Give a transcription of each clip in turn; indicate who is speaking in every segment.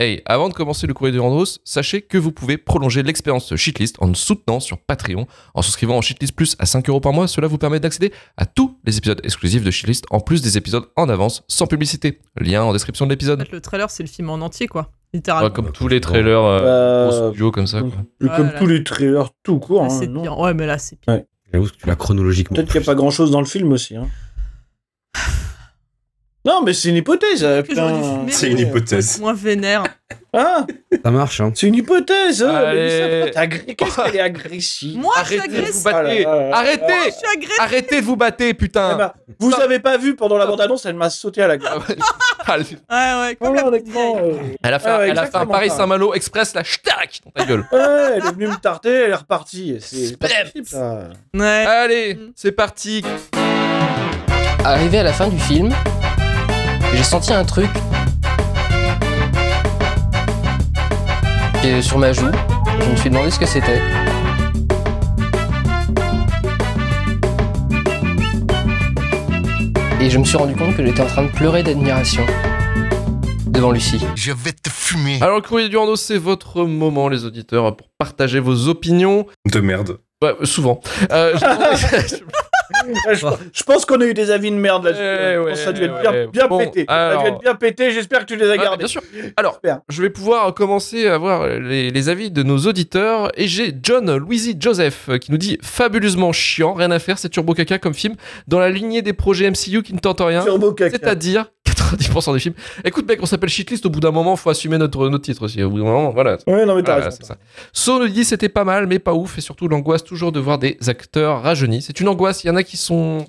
Speaker 1: Hey, avant de commencer le courrier de Randros, sachez que vous pouvez prolonger l'expérience shitlist en nous soutenant sur Patreon. En souscrivant en shitlist plus à 5 euros par mois, cela vous permet d'accéder à tous les épisodes exclusifs de shitlist en plus des épisodes en avance sans publicité. Lien en description de
Speaker 2: En
Speaker 1: l'épisode.
Speaker 2: fait, le trailer, c'est le film en entier, quoi.
Speaker 1: Ouais,
Speaker 2: Littéralement.
Speaker 1: comme tous les trailers euh,
Speaker 3: Euh,
Speaker 1: gros studio comme ça.
Speaker 3: Comme,
Speaker 1: quoi.
Speaker 3: comme
Speaker 2: Voilà.
Speaker 3: tous les trailers tout court.
Speaker 2: Ah,
Speaker 3: hein,
Speaker 2: c'est
Speaker 3: non.
Speaker 2: pire. Ouais, mais là, c'est pire.
Speaker 4: J'avoue que tu l'as chronologiquement.
Speaker 3: Peut-être qu'il n'y a pas grand chose dans le film aussi. hein. Non, mais c'est une hypothèse. euh,
Speaker 2: que j'aurais dû
Speaker 3: putain.
Speaker 2: fumer,
Speaker 5: C'est une hypothèse.
Speaker 2: Moins vénère.
Speaker 3: Ah,
Speaker 4: Ça marche, hein.
Speaker 3: c'est une hypothèse. hein,
Speaker 1: Allez.
Speaker 3: mais ça, toi, t'es agré- Qu'est-ce qu'elle est agressive
Speaker 2: Moi, je suis
Speaker 1: Arrêtez de vous
Speaker 2: agressive.
Speaker 3: agressif.
Speaker 1: battre
Speaker 3: Ah là là.
Speaker 2: Je
Speaker 1: Arrêtez
Speaker 2: suis agressive.
Speaker 1: Arrêtez de vous battre,
Speaker 3: Eh
Speaker 1: putain Ah
Speaker 3: ben, vous avez pas vu pendant la bande-annonce, elle m'a sauté à la gueule.
Speaker 2: Ouais, ouais, comme la
Speaker 3: Voilà,
Speaker 2: petite
Speaker 3: honnêtement,
Speaker 2: vieille.
Speaker 3: euh,
Speaker 1: Elle a fait,
Speaker 3: Ah ouais,
Speaker 1: elle a fait un
Speaker 3: exactement
Speaker 1: Paris
Speaker 3: ça.
Speaker 1: Saint-Malo Express, la ch'tac dans ta gueule.
Speaker 3: euh. ouais, elle est venue me tarter, elle est repartie. C'est pas
Speaker 1: Spam.
Speaker 3: possible, ça. Ah,
Speaker 2: Ouais.
Speaker 1: Allez,
Speaker 2: Mm.
Speaker 1: c'est parti
Speaker 6: Arrivé à la fin du film, j'ai senti un truc qui est sur ma joue. Je me suis demandé ce que c'était. Et je me suis rendu compte que j'étais en train de pleurer d'admiration devant Lucie.
Speaker 7: Je vais te fumer.
Speaker 1: Alors, le courrier du rando, c'est votre moment, les auditeurs, pour partager vos opinions.
Speaker 5: De merde.
Speaker 1: Ouais, souvent. Euh, je-
Speaker 3: Ouais, je, je pense qu'on a eu des avis de merde là-dessus.
Speaker 1: Eh
Speaker 3: Je pense que ça a dû
Speaker 1: ouais,
Speaker 3: être bien,
Speaker 1: ouais.
Speaker 3: bien
Speaker 1: Bon,
Speaker 3: pété. Ça a dû
Speaker 1: alors-
Speaker 3: être bien pété, j'espère que tu les as
Speaker 1: Ouais,
Speaker 3: gardés.
Speaker 1: bien sûr. Alors,
Speaker 3: Super.
Speaker 1: je vais pouvoir commencer à voir les, les avis de nos auditeurs. Et j'ai John Louisy Joseph euh, qui nous dit fabuleusement chiant, rien à faire, c'est turbo caca comme film, dans la lignée des projets MCU qui ne tentent rien.
Speaker 3: Turbo caca.
Speaker 1: C'est-à-dire 90% des films. Écoute, mec, on s'appelle shitlist. Au bout d'un moment, faut assumer notre, notre titre aussi. Au bout d'un moment, voilà.
Speaker 3: Ouais, non, mais t'as
Speaker 1: Voilà,
Speaker 3: raison.
Speaker 1: Ah, c'est ça. So nous dit c'était pas mal, mais pas ouf, et surtout l'angoisse toujours de voir des acteurs rajeunis. C'est une angoisse. Il y en a qui sont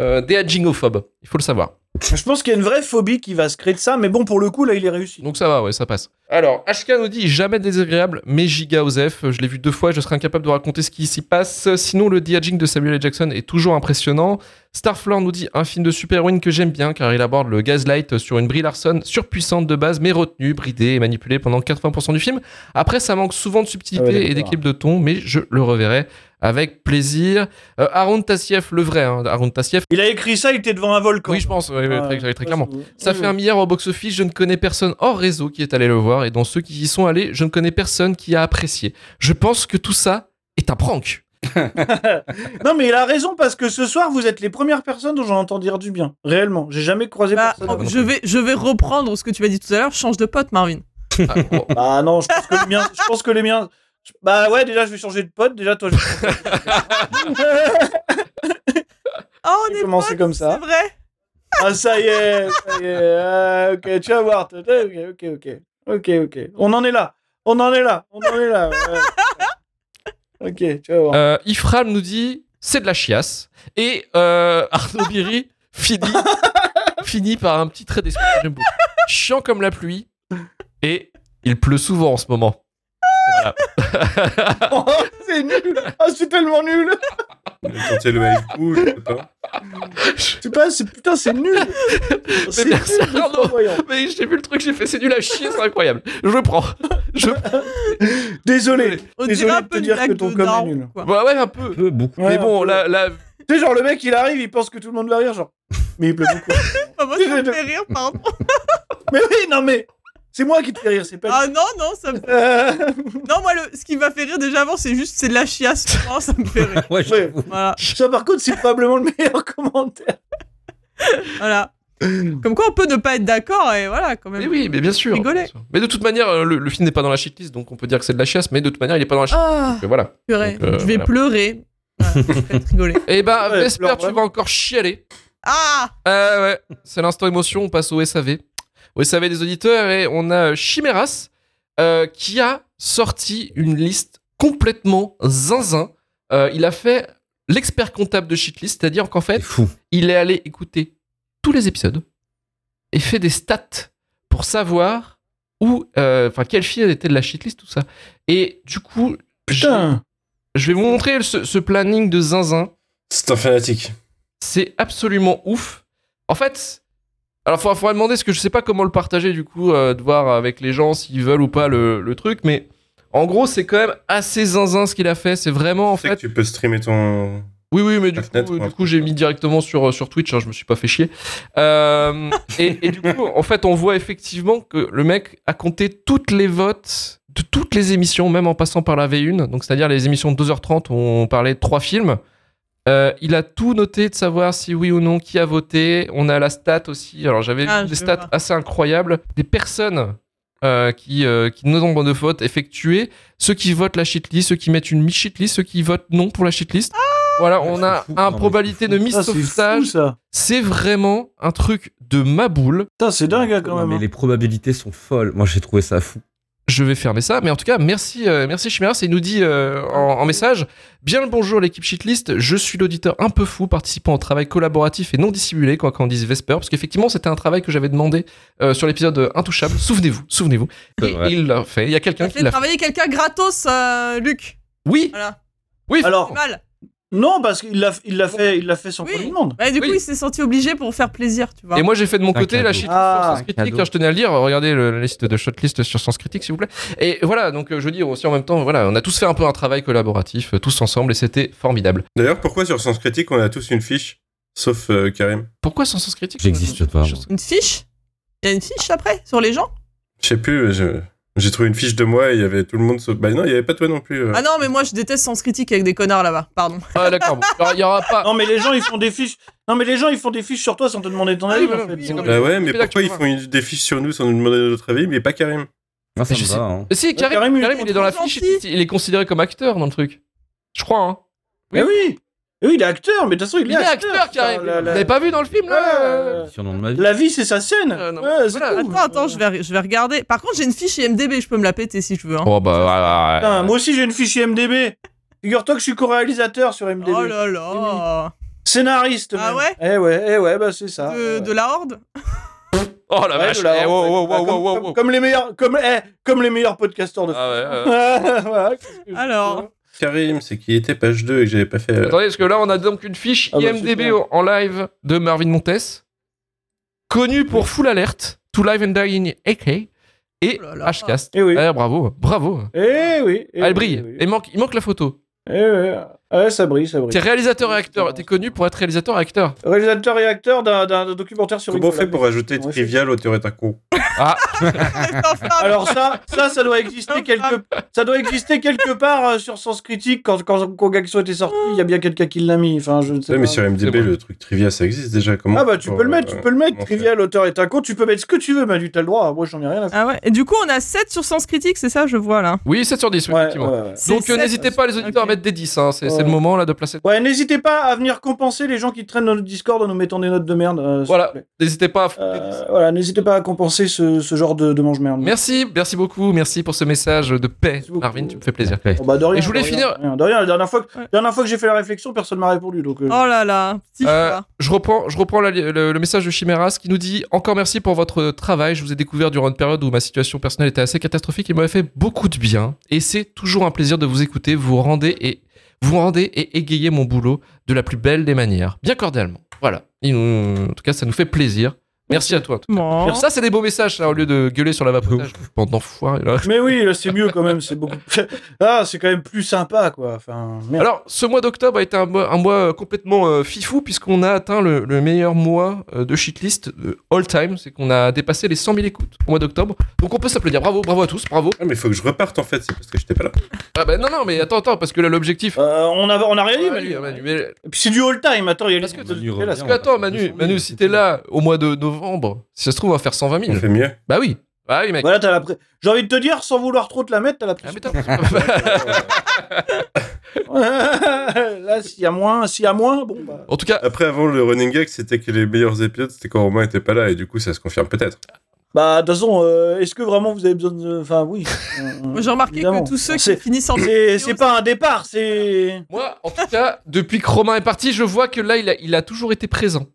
Speaker 1: euh, des agingophobes. Il faut le savoir.
Speaker 3: Je pense qu'il y a une vraie phobie qui va se créer de ça, mais bon, pour le coup, là, il est réussi.
Speaker 1: Donc ça va, ouais, ça passe. Alors, HK nous dit jamais désagréable, mais giga Osef. Je l'ai vu deux fois, et je serais incapable de raconter ce qui s'y passe. Sinon, le diaging de Samuel L. Jackson est toujours impressionnant. Starflor nous dit un film de super-héroïne que j'aime bien, car il aborde le gaslight sur une Brie Larson surpuissante de base, mais retenue, bridée et manipulée pendant 80% du film. Après, ça manque souvent de subtilité
Speaker 3: Ah ouais, d'accord.
Speaker 1: et d'équilibre de ton, mais je le reverrai avec plaisir. Euh, Aaron Tassieff, le vrai, hein, Aaron Tassieff. hein,
Speaker 3: Il a écrit ça, il était devant un volcan.
Speaker 1: Oui, je pense, ouais,
Speaker 3: Ouais,
Speaker 1: très- très-
Speaker 3: ouais,
Speaker 1: très clairement.
Speaker 3: c'est-
Speaker 1: Ça
Speaker 3: oui,
Speaker 1: fait un milliard au box-office, je ne connais personne hors réseau qui est allé le voir, et dans ceux qui y sont allés, je ne connais personne qui a apprécié. Je pense que tout ça est un prank.
Speaker 3: oui. Non, mais il a raison parce que ce soir, vous êtes les premières personnes dont j'entends dire du bien. Réellement, j'ai jamais croisé
Speaker 2: Bah,
Speaker 3: personne.
Speaker 2: oh, je, vais, je vais reprendre ce que tu m'as dit tout à l'heure. Change de pote, Marvin.
Speaker 1: Ah, bon,
Speaker 3: Bah non, je pense que les miens. Je pense que les miens. je- Bah ouais, déjà je vais changer de pote. Déjà toi, je vais
Speaker 2: Oh, on est
Speaker 3: commencer
Speaker 2: potes,
Speaker 3: comme ça.
Speaker 2: C'est vrai.
Speaker 3: Ah ça y est, ça y est. Ah, ok, tu vas voir. toi, toi, Ok, ok, ok, ok, ok. On en est là. On en est là. On en est là. ouais. Ok, tu vas voir.
Speaker 1: euh, Ifram nous dit c'est de la chiasse, et euh, Arnaud Biri finit, finit par un petit trait d'esprit que j'aime beaucoup. Chiant comme la pluie, et il pleut souvent en ce moment. Voilà.
Speaker 3: Oh, c'est nul. Ah c'est tellement nul.
Speaker 5: Quand
Speaker 3: Ah,
Speaker 5: il y a le high
Speaker 4: Ah
Speaker 5: pool, je sais pas.
Speaker 3: Je sais pas. C'est putain, c'est nul. C'est nul.
Speaker 1: merci,
Speaker 3: c'est
Speaker 1: Arnaud.
Speaker 3: voyant.
Speaker 1: Mais j'ai vu le truc, j'ai fait c'est nul à chier, c'est incroyable. Je prends. Je...
Speaker 3: Désolé.
Speaker 2: On
Speaker 3: Désolé
Speaker 2: dirait un
Speaker 3: de te
Speaker 2: peu une
Speaker 3: dire que
Speaker 2: blague
Speaker 3: ton
Speaker 2: de
Speaker 3: com est
Speaker 2: daron,
Speaker 3: nul.
Speaker 2: quoi.
Speaker 1: Bah Ouais, ouais, un peu.
Speaker 4: Peu, beaucoup.
Speaker 3: Ouais,
Speaker 1: Mais bon,
Speaker 3: un peu.
Speaker 1: là, là,
Speaker 3: Tu sais, genre le mec, il arrive, il pense que tout le monde va rire, genre. Mais il pleut beaucoup.
Speaker 2: Ah, moi, ça me fait rire, pardon.
Speaker 3: mais oui, non mais. C'est moi qui te fais rire, c'est pas.
Speaker 2: Ah non, non, ça me...
Speaker 3: Euh,
Speaker 2: Non, moi, le... ce qui m'a fait rire déjà avant, c'est juste c'est de la chiasse. Oh, ça me fait rire.
Speaker 4: Ouais, j'avoue.
Speaker 2: Voilà.
Speaker 3: Ça, par contre, c'est probablement le meilleur commentaire.
Speaker 2: voilà. Comme quoi, on peut ne pas être d'accord et voilà, quand même.
Speaker 1: Mais oui, mais bien sûr.
Speaker 2: Rigoler.
Speaker 1: bien sûr. Mais de toute manière, euh, le, le film n'est pas dans la shitlist, donc on peut dire que c'est de la chiasse, mais de toute manière, il est pas dans la shitlist.
Speaker 2: Ah,
Speaker 1: donc, euh, Voilà.
Speaker 2: purée.
Speaker 1: Donc, euh,
Speaker 2: je vais
Speaker 1: voilà.
Speaker 2: pleurer. Voilà, je vais te rigoler.
Speaker 1: Et ben,
Speaker 3: Ouais,
Speaker 1: Vesper,
Speaker 3: pleure,
Speaker 1: tu
Speaker 3: ouais.
Speaker 1: vas encore chialer.
Speaker 2: Ah
Speaker 1: Ah ouais, c'est l'instant émotion, on passe au SAV. Au SAV des auditeurs, et on a Chimeras euh, qui a sorti une liste complètement zinzin. Euh, il a fait l'expert comptable de shitlist, c'est-à-dire qu'en fait,
Speaker 4: C'est fou.
Speaker 1: il est allé écouter tous les épisodes et fait des stats pour savoir où, euh, enfin, quelle fille était de la shitlist, tout ça. Et du coup, je,
Speaker 3: Putain.
Speaker 1: je vais vous montrer ce, ce planning de zinzin.
Speaker 5: C'est un fanatique.
Speaker 1: C'est absolument ouf. En fait, alors faudra, faudra demander, parce que je sais pas comment le partager du coup, euh, de voir avec les gens s'ils veulent ou pas le, le truc, mais en gros, c'est quand même assez zinzin ce qu'il a fait. C'est vraiment en
Speaker 5: Tu sais
Speaker 1: fait.
Speaker 5: que tu peux streamer ton.
Speaker 1: Oui, oui, mais du
Speaker 5: La
Speaker 1: coup, euh,
Speaker 5: fenêtre,
Speaker 1: du
Speaker 5: ouais.
Speaker 1: coup, j'ai mis directement sur, sur Twitch, hein, je me suis pas fait chier. Euh, et, et du coup, en fait, on voit effectivement que le mec a compté toutes les votes de toutes les émissions, même en passant par la V1, donc c'est-à-dire les émissions de 2h30 où on parlait de trois films. Euh, il a tout noté de savoir si oui ou non qui a voté. On a la stat aussi. Alors j'avais vu
Speaker 2: Ah, je
Speaker 1: des
Speaker 2: veux
Speaker 1: stats
Speaker 2: voir.
Speaker 1: assez incroyables des personnes euh, qui euh, qui nombre de votes effectués, ceux qui votent la shitlist, ceux qui mettent une mi shitlist, ceux qui votent non pour la shitlist. voilà, on a
Speaker 4: Ah, fou, non,
Speaker 1: un
Speaker 4: mais
Speaker 1: probabilité
Speaker 4: c'est
Speaker 1: de
Speaker 4: fou.
Speaker 1: mise
Speaker 3: Ça, c'est fou,
Speaker 1: sauvetage.
Speaker 3: ça.
Speaker 1: C'est vraiment un truc de ma boule.
Speaker 3: Putain, c'est dingue, hein,
Speaker 4: Non,
Speaker 3: quand même.
Speaker 4: Mais
Speaker 3: hein.
Speaker 4: les probabilités sont folles. Moi, j'ai trouvé ça fou.
Speaker 1: Je vais fermer ça, mais en tout cas, merci, euh, merci Chimeras. Et il nous dit euh, en, en message Bien le bonjour, l'équipe Shitlist. Je suis l'auditeur un peu fou participant au travail collaboratif et non dissimulé, quoi qu'on dise Vesper, parce qu'effectivement, c'était un travail que j'avais demandé euh, sur l'épisode Intouchable. Souvenez-vous, souvenez-vous.
Speaker 4: C'est
Speaker 1: Et
Speaker 4: vrai.
Speaker 1: il l'a fait. Il y a
Speaker 2: T'as
Speaker 1: quelqu'un qui
Speaker 2: fait
Speaker 1: l'a fait.
Speaker 2: travailler quelqu'un gratos, euh, Luc.
Speaker 1: Oui,
Speaker 2: Voilà.
Speaker 1: oui,
Speaker 3: Alors,
Speaker 2: C'est mal.
Speaker 3: Non, parce qu'il l'a, il l'a fait, il l'a fait sans
Speaker 2: Oui.
Speaker 3: qu'on lui demande.
Speaker 2: Ouais, du
Speaker 1: Oui.
Speaker 2: coup, il s'est senti obligé pour faire plaisir, tu vois.
Speaker 1: Et moi, j'ai fait de mon
Speaker 4: Un
Speaker 1: côté la
Speaker 4: cadeau.
Speaker 1: shitlist
Speaker 3: Ah,
Speaker 1: sur
Speaker 3: un
Speaker 1: Sens Critique.
Speaker 4: cadeau.
Speaker 1: hein, je tenais à le dire. Regardez le- la liste de shotlist sur Sens Critique, s'il vous plaît. Et voilà, donc euh, je veux dire aussi en même temps, voilà, on a tous fait un peu un travail collaboratif, euh, tous ensemble, et c'était formidable.
Speaker 5: D'ailleurs, pourquoi sur Sens Critique, on a tous une fiche Sauf euh, Karim.
Speaker 1: Pourquoi sans Sens Critique
Speaker 4: J'existe pas, moi.
Speaker 2: Une fiche Il y a une fiche après sur les gens
Speaker 5: Je sais plus, je- j'ai trouvé une fiche de moi et il y avait tout le monde sauf. Bah non, il y avait pas toi non plus. euh.
Speaker 2: Ah non, mais moi je déteste Sens Critique avec des connards là-bas, pardon.
Speaker 1: Ah, d'accord. bon. Alors, il y aura pas.
Speaker 3: Non, mais les gens, ils font des fiches. Non, mais les gens, ils font des fiches sur toi sans te demander ton
Speaker 1: Ah,
Speaker 3: avis.
Speaker 1: oui,
Speaker 3: en
Speaker 1: voilà,
Speaker 3: fait.
Speaker 1: c'est comme-
Speaker 5: Bah ouais,
Speaker 1: Là,
Speaker 5: mais
Speaker 1: tu
Speaker 5: pourquoi ils
Speaker 1: vois.
Speaker 5: font une- des fiches sur nous sans nous demander notre avis, mais pas Karim
Speaker 4: Ah, ça
Speaker 1: Mais je
Speaker 4: me
Speaker 1: sais-
Speaker 4: va, hein.
Speaker 1: Si, Karim,
Speaker 3: Bah, Karim, il est
Speaker 1: Karim, il est dans la
Speaker 2: trop
Speaker 1: fiche,
Speaker 2: gentil.
Speaker 1: il est considéré comme acteur dans le truc. Je crois, hein.
Speaker 3: Mais oui, mais oui, il est acteur, mais de toute façon, il,
Speaker 1: Il est acteur, Karim.
Speaker 3: putain,
Speaker 1: Vous
Speaker 3: la- la-
Speaker 1: l'avez pas vu dans le film, là euh,
Speaker 3: Ouais.
Speaker 4: Surnom de ma vie.
Speaker 3: La vie, c'est sa scène.
Speaker 1: Euh, non.
Speaker 3: Ouais, c'est
Speaker 1: Voilà.
Speaker 3: tout.
Speaker 2: Attends, attends, je vais, je vais regarder. Par contre, j'ai une fiche IMDB, je peux me la péter si je veux. hein.
Speaker 1: Oh, bah, voilà.
Speaker 3: Putain, moi aussi, j'ai une fiche IMDb. Figure-toi que je suis co-réalisateur sur
Speaker 2: Oh,
Speaker 3: IMDb.
Speaker 2: là là
Speaker 3: Scénariste.
Speaker 2: Ah
Speaker 3: même.
Speaker 2: ouais
Speaker 3: Eh ouais, eh ouais, bah c'est
Speaker 1: Ah,
Speaker 3: ça.
Speaker 2: de,
Speaker 3: Ouais.
Speaker 2: de la Horde
Speaker 1: Oh la
Speaker 3: Ouais,
Speaker 1: vache.
Speaker 3: de la- Bah, Ah,
Speaker 1: Eh, wow, wow, wow,
Speaker 3: comme,
Speaker 1: wow,
Speaker 3: comme-
Speaker 1: wow.
Speaker 3: comme les meilleurs, comme, eh, comme les meilleurs podcasteurs de.
Speaker 1: Ah, ouais, ouais.
Speaker 3: Voilà, qu'est-ce que je hein.
Speaker 2: Alors.
Speaker 3: peux
Speaker 5: Karim, c'est qu'il était page 2 et que j'avais pas fait. euh,
Speaker 1: Attendez, parce que là, on a donc une fiche
Speaker 3: Ah bah,
Speaker 1: IMDB
Speaker 3: super.
Speaker 1: en live de Marvin Montes, connu pour Full Alert, To Live and Die in AK et
Speaker 2: Oh là là.
Speaker 1: Hcast.
Speaker 3: Eh oui.
Speaker 1: Ah, bravo, bravo.
Speaker 3: Eh oui. eh
Speaker 1: Ah,
Speaker 3: oui,
Speaker 1: elle brille.
Speaker 3: oui, oui.
Speaker 1: Et manque, il manque la photo.
Speaker 3: Eh ouais. Ouais, ça brille, ça brille.
Speaker 1: T'es réalisateur et acteur. T'es connu pour être réalisateur et acteur.
Speaker 3: Réalisateur et acteur d'un d'un- d'un documentaire sur
Speaker 5: Comment on
Speaker 3: Nicolas
Speaker 5: fait pour
Speaker 3: Pesce.
Speaker 5: ajouter
Speaker 3: Ouais,
Speaker 5: trivial au théorie d'un con
Speaker 2: Ah,
Speaker 3: Alors ça, ça, ça doit exister quelque, ça doit exister quelque part euh, sur Sens Critique quand quand Kongakso était sorti, il y a bien quelqu'un qui l'a mis. Enfin, je ne sais
Speaker 5: Ouais,
Speaker 3: pas.
Speaker 5: mais sur MDB,
Speaker 1: C'est bon.
Speaker 5: le truc trivia, ça existe déjà. Comment
Speaker 3: Ah bah tu
Speaker 5: pour,
Speaker 3: peux le mettre,
Speaker 5: euh,
Speaker 3: tu peux le mettre.
Speaker 5: comment
Speaker 3: Trivial, auteur est un con, tu peux mettre ce que tu veux, Manu, t'as le droit. Moi, j'en ai rien à faire.
Speaker 2: Ah ouais, et du coup, on a 7 sur Sens Critique, c'est ça, je vois là.
Speaker 1: Oui, 7 sur 10, oui,
Speaker 3: Ouais,
Speaker 1: Ah, effectivement.
Speaker 3: ouais, ouais.
Speaker 2: C'est
Speaker 1: Donc euh,
Speaker 2: sept.
Speaker 1: n'hésitez pas les auditeurs
Speaker 2: Ok.
Speaker 1: à mettre des 10, hein. c'est c'est le
Speaker 3: Ouais.
Speaker 1: moment là de placer.
Speaker 3: Ouais, n'hésitez pas à venir compenser les gens qui traînent dans notre Discord en nous mettant des notes de merde. euh, s'il
Speaker 1: Voilà.
Speaker 3: vous plaît.
Speaker 1: N'hésitez pas à foutre des 10.
Speaker 3: Euh, voilà, n'hésitez pas à compenser ce, ce genre de, de mange-merde.
Speaker 1: Merci, merci beaucoup, merci pour ce message de paix.
Speaker 3: Merci beaucoup.
Speaker 1: Marvin, tu me fais plaisir.
Speaker 4: Ouais.
Speaker 3: Oh, bah, de rien,
Speaker 1: Et je voulais
Speaker 3: de rien,
Speaker 1: finir-
Speaker 3: De rien, de rien. La dernière fois, que-
Speaker 2: Ouais.
Speaker 3: la dernière fois que j'ai fait la réflexion, personne m'a répondu. Donc, euh,
Speaker 2: Oh là là, petit
Speaker 1: Euh,
Speaker 2: chat.
Speaker 1: je reprends, je reprends la- le, le message de Chimeras qui nous dit Encore merci pour votre travail. Je vous ai découvert durant une période où ma situation personnelle était assez catastrophique et m'avait fait beaucoup de bien. Et c'est toujours un plaisir de vous écouter. Vous rendez et vous rendez et égayez mon boulot de la plus belle des manières. Bien cordialement. Voilà. Il nous- en tout cas, ça nous fait plaisir. Merci à toi. en tout cas.
Speaker 2: Bon.
Speaker 1: Ça, c'est des beaux messages, ça, au lieu de gueuler sur la vapotage. Bande d'enfoirés, là.
Speaker 3: Mais oui, là, c'est mieux quand même, c'est beaucoup. Ah, c'est quand même plus sympa, quoi. Enfin, merde.
Speaker 1: Alors, ce mois d'octobre a été un mois, un mois, euh, complètement euh, fifou, puisqu'on a atteint le, le meilleur mois euh, de shitlist de all time. C'est qu'on a dépassé les 100 000 écoutes au mois d'octobre. Donc, on peut s'applaudir. Bravo, bravo à tous, bravo.
Speaker 5: Ah, mais faut que je reparte en fait, c'est parce que j'étais pas là.
Speaker 1: Ah, bah, non, non, mais attends, attends, parce que là, l'objectif.
Speaker 3: Euh, on, a, on a rien dit,
Speaker 1: Ah,
Speaker 3: Manu.
Speaker 1: Manu, ah, Manu, mais-
Speaker 3: Et puis c'est du all-time, attends, il y a
Speaker 1: Parce
Speaker 3: les-
Speaker 1: que
Speaker 3: de-
Speaker 4: Manu
Speaker 3: de- de- là,
Speaker 4: revient.
Speaker 1: Parce que, attends, Manu,
Speaker 4: 200 000,
Speaker 1: Manu, si t'es là au mois de novembre, si ça se trouve, on va faire 120
Speaker 5: On
Speaker 1: 000.
Speaker 5: fait mieux.
Speaker 1: Bah oui, bah oui, mec.
Speaker 3: Voilà, t'as la pré- J'ai envie de te dire, sans vouloir trop te la mettre, t'as la
Speaker 1: Ah, mais
Speaker 3: pression.
Speaker 1: t'as- Bah,
Speaker 3: là, s'il y a moins, s'il y a moins, bon bah.
Speaker 1: en tout cas,
Speaker 5: Après, avant, le running gag, c'était que les meilleurs épisodes, c'était quand Romain était pas là, et du coup, ça se confirme peut-être.
Speaker 3: Bah, de toute façon, euh, est-ce que vraiment vous avez besoin de. Enfin, oui.
Speaker 2: Moi, J'ai remarqué
Speaker 3: Évidemment.
Speaker 2: que tous ceux qui
Speaker 3: C'est-
Speaker 2: finissent en
Speaker 3: C'est c'est pas un départ, c'est.
Speaker 1: moi, en tout cas, depuis que Romain est parti, je vois que là, il a, il a toujours été présent.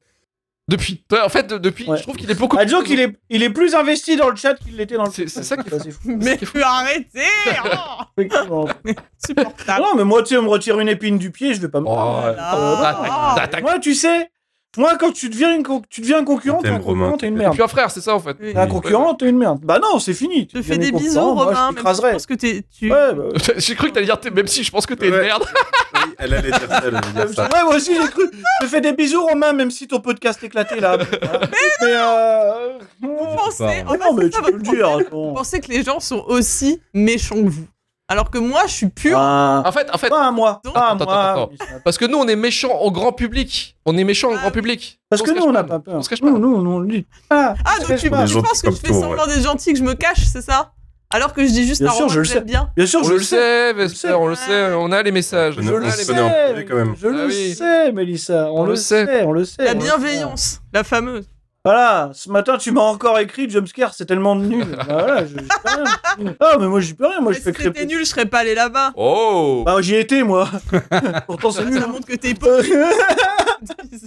Speaker 1: Depuis. En fait, de- depuis,
Speaker 3: Ouais.
Speaker 1: je trouve qu'il est beaucoup
Speaker 3: Ah, disons qu'il est, il est plus investi dans le chat qu'il l'était dans le
Speaker 1: C'est- c'est ça qui est
Speaker 3: Ouais, c'est fou. Ah,
Speaker 2: Mais arrêtez oh,
Speaker 3: Effectivement.
Speaker 2: Supportable. Ah,
Speaker 3: Non, mais Euh, moi, tu sais, on me retire une épine du pied, je vais pas me.
Speaker 1: Oh,
Speaker 2: là.
Speaker 1: tac, tac, tac.
Speaker 3: Moi, tu sais, Moi, quand tu deviens, une con- tu deviens un concurrent, t'es
Speaker 5: T'aimes
Speaker 3: un concurrent,
Speaker 5: Romain,
Speaker 3: t'es une
Speaker 5: tu
Speaker 1: Et
Speaker 3: merde.
Speaker 1: puis un frère, c'est ça en fait.
Speaker 2: Oui.
Speaker 3: T'es un concurrent, t'es une merde. Bah non, c'est fini.
Speaker 2: Je te
Speaker 3: Ah, Tu
Speaker 2: fais
Speaker 3: deviens
Speaker 2: des
Speaker 3: mes
Speaker 2: bisous,
Speaker 3: concurrents, moi,
Speaker 2: Romain.
Speaker 3: Je
Speaker 2: même si je
Speaker 3: t'écraserais.
Speaker 2: pense que t'es- tu.
Speaker 3: Ouais, bah,
Speaker 1: J'ai cru que t'allais dire, t'es- même si je pense que t'es une
Speaker 5: Ouais.
Speaker 1: merde.
Speaker 5: Oui, elle allait dire ça, elle allait dire ça.
Speaker 3: Ouais, moi aussi j'ai cru. Je te fais des bisous Romain, même si ton podcast éclaté là. Mais euh...
Speaker 2: Vous pensez,
Speaker 4: Ouais.
Speaker 2: en fait,
Speaker 3: non, mais
Speaker 2: c'est
Speaker 3: tu
Speaker 2: ça
Speaker 3: peux
Speaker 2: votre
Speaker 3: le
Speaker 2: problème.
Speaker 3: dire.
Speaker 2: Vous
Speaker 3: attends.
Speaker 2: pensez que les gens sont aussi méchants que vous. Alors que moi, je suis pur.
Speaker 3: Ah,
Speaker 1: En fait, en fait,
Speaker 3: Pas à moi.
Speaker 2: Attends,
Speaker 3: Pas à
Speaker 1: attends,
Speaker 3: moi.
Speaker 1: attends, parce que nous, on est méchants au grand public. On est méchants au
Speaker 2: Ah
Speaker 1: grand
Speaker 2: oui.
Speaker 1: public.
Speaker 3: Parce
Speaker 1: se
Speaker 3: que nous
Speaker 1: cache
Speaker 3: on n'a
Speaker 1: pas,
Speaker 3: pas peur.
Speaker 1: On se cache pas.
Speaker 3: Nous, nous, nous, on le dit. Ah,
Speaker 2: Ah,
Speaker 3: on se
Speaker 2: donc
Speaker 3: cache
Speaker 2: tu,
Speaker 3: pas.
Speaker 5: Des
Speaker 2: tu
Speaker 5: gens
Speaker 2: penses que
Speaker 5: comme
Speaker 2: je fais
Speaker 5: toi,
Speaker 2: semblant d'être gentil, que je me cache, c'est ça Alors que je dis juste
Speaker 3: Bien
Speaker 2: à
Speaker 3: sûr,
Speaker 2: Romain
Speaker 3: je le
Speaker 2: que
Speaker 3: sais.
Speaker 2: j'aime bien.
Speaker 3: Bien sûr,
Speaker 1: On
Speaker 3: je
Speaker 1: le sait, Vester, on le
Speaker 2: Ouais.
Speaker 1: sait, on a les messages.
Speaker 5: Je
Speaker 1: On
Speaker 5: ne-
Speaker 1: a
Speaker 5: on
Speaker 1: les
Speaker 5: se
Speaker 1: messages.
Speaker 5: connaît en privé, quand même.
Speaker 3: Je le
Speaker 1: Ah oui.
Speaker 3: sais, Mélissa. On,
Speaker 1: On
Speaker 3: le
Speaker 1: le sait.
Speaker 3: sait, on le sait.
Speaker 2: La
Speaker 3: on le sait.
Speaker 2: bienveillance, la fameuse.
Speaker 3: Voilà, ce matin, tu m'as encore écrit jumpscare, c'est tellement nul. Bah voilà, je, j'y peux rien. Ah, mais moi, j'y peux rien. Moi,
Speaker 2: Mais
Speaker 3: je
Speaker 2: si
Speaker 3: fais
Speaker 2: c'était
Speaker 3: crêper.
Speaker 2: nul, je serais pas allé là-bas.
Speaker 1: Oh
Speaker 3: Bah, j'y étais, moi. Pourtant, c'est nul. hein.
Speaker 2: Ça montre que t'es hypocrite.
Speaker 3: Euh,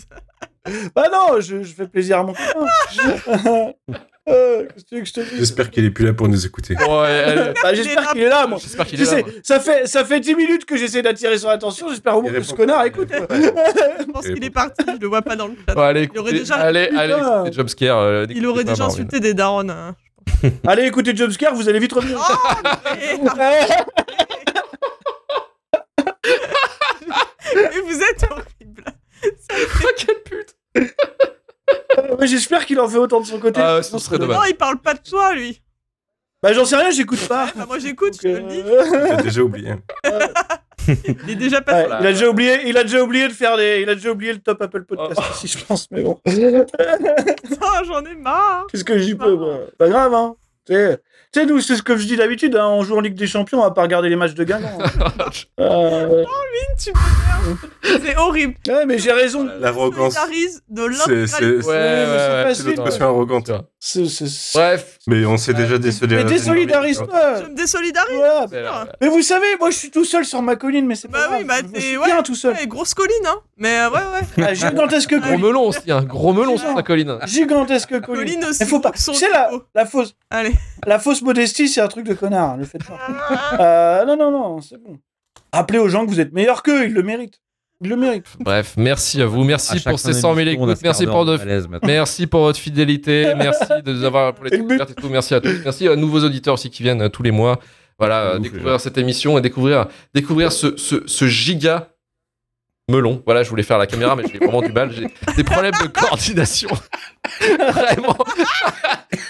Speaker 3: bah, non, je, je fais plaisir à mon copain. Euh, Qu'est-ce que tu veux que je te dise
Speaker 5: J'espère qu'il est plus là pour nous écouter.
Speaker 1: Ouais, allez.
Speaker 3: Bah, J'espère qu'il est là, moi.
Speaker 1: J'espère qu'il
Speaker 3: Tu
Speaker 1: est là.
Speaker 3: sais,
Speaker 1: moi.
Speaker 3: ça fait, ça fait 10 minutes que j'essaie d'attirer son attention. J'espère au moins
Speaker 5: Il
Speaker 3: que ce
Speaker 5: répond.
Speaker 3: connard écoute. quoi.
Speaker 2: Je pense
Speaker 5: Et
Speaker 2: qu'il
Speaker 5: bon.
Speaker 2: est parti, je le vois pas dans le chat.
Speaker 1: Bon, allez,
Speaker 2: Il aurait
Speaker 1: écoutez,
Speaker 2: déjà-
Speaker 1: allez,
Speaker 3: Putain.
Speaker 1: allez, écoutez, jumpscare. euh, n'écoutez
Speaker 2: Il aurait
Speaker 1: pas
Speaker 2: déjà
Speaker 1: Marvin.
Speaker 2: insulté des darons. hein. Oh,
Speaker 3: Allez, écoutez jumpscare, vous allez vite revenir.
Speaker 2: Et- Mais vous êtes horrible.
Speaker 1: Ah, quelle pute
Speaker 3: Euh, mais J'espère qu'il en fait autant de son côté.
Speaker 1: Ah, ce serait dommage.
Speaker 2: Non, il parle pas de toi, lui.
Speaker 3: Bah, j'en sais rien, j'écoute pas.
Speaker 2: Ouais, bah, moi, j'écoute, je
Speaker 3: Donc,
Speaker 2: te le dis.
Speaker 3: euh,
Speaker 5: T'as déjà oublié.
Speaker 2: Il est déjà
Speaker 3: Ouais,
Speaker 2: passé.
Speaker 3: il a déjà oublié, il a déjà oublié de faire des, il a déjà oublié le top Apple Podcast
Speaker 1: Oh.
Speaker 3: aussi, je pense. Mais bon,
Speaker 2: Putain, j'en ai marre.
Speaker 3: qu'est-ce que j'y peux moi Pas grave, hein. Tu sais- tu sais, nous, c'est ce que je dis d'habitude. Hein, on joue en Ligue des Champions, on va pas regarder les matchs de Guingamp. hein. Euh,
Speaker 2: Tu m'énerves. C'est horrible.
Speaker 3: ouais, mais j'ai raison.
Speaker 5: L'arrogance.
Speaker 2: Solidarise de
Speaker 5: C'est-
Speaker 2: l'intégralité.
Speaker 5: C'est
Speaker 1: Ouais, ouais, ouais.
Speaker 3: mais
Speaker 5: c'est
Speaker 3: c'est
Speaker 5: une
Speaker 3: pas
Speaker 5: expression arrogante.
Speaker 3: C'est- c'est- c'est-
Speaker 1: Bref.
Speaker 5: Mais on s'est déjà désolé.
Speaker 3: Mais désolidarise
Speaker 2: Je
Speaker 3: pas.
Speaker 2: me désolidarise.
Speaker 3: Voilà.
Speaker 1: c'est là.
Speaker 3: Mais vous savez, moi, je suis tout seul sur ma colline, mais c'est pas
Speaker 2: Bah
Speaker 3: grave.
Speaker 2: oui, bah,
Speaker 3: je
Speaker 2: t'es-
Speaker 3: suis
Speaker 2: ouais.
Speaker 3: bien tout seul.
Speaker 2: Ouais, grosse colline, hein. Mais euh, ouais, ouais.
Speaker 3: Ah, gigantesque
Speaker 1: Gros
Speaker 3: colline.
Speaker 1: melon aussi, un gros melon sur
Speaker 3: Non.
Speaker 1: la colline.
Speaker 3: Gigantesque colline.
Speaker 2: Colline aussi.
Speaker 3: Il faut pas.
Speaker 2: son
Speaker 3: C'est la,
Speaker 2: niveau.
Speaker 3: la fausse,
Speaker 2: Allez.
Speaker 3: la fausse modestie, c'est un truc de connard. hein, Le faites pas.
Speaker 1: Ah.
Speaker 3: Euh, non, non, non, c'est bon. Rappelez aux gens que vous êtes meilleurs qu'eux, ils le méritent. Ils le méritent.
Speaker 1: Bref, merci à vous, merci pour ces 100 000 écoutes, merci pour de- Merci pour votre fidélité, merci de nous avoir pour les
Speaker 3: Et le but.
Speaker 1: découvertes et tout, merci à tous, merci aux nouveaux auditeurs aussi qui viennent euh, tous les mois, voilà, euh,
Speaker 4: Ouf,
Speaker 1: découvrir cette émission et découvrir, découvrir ce, ce, ce giga melon. Voilà, je voulais faire la caméra, mais j'ai vraiment du mal, j'ai des problèmes de coordination. vraiment.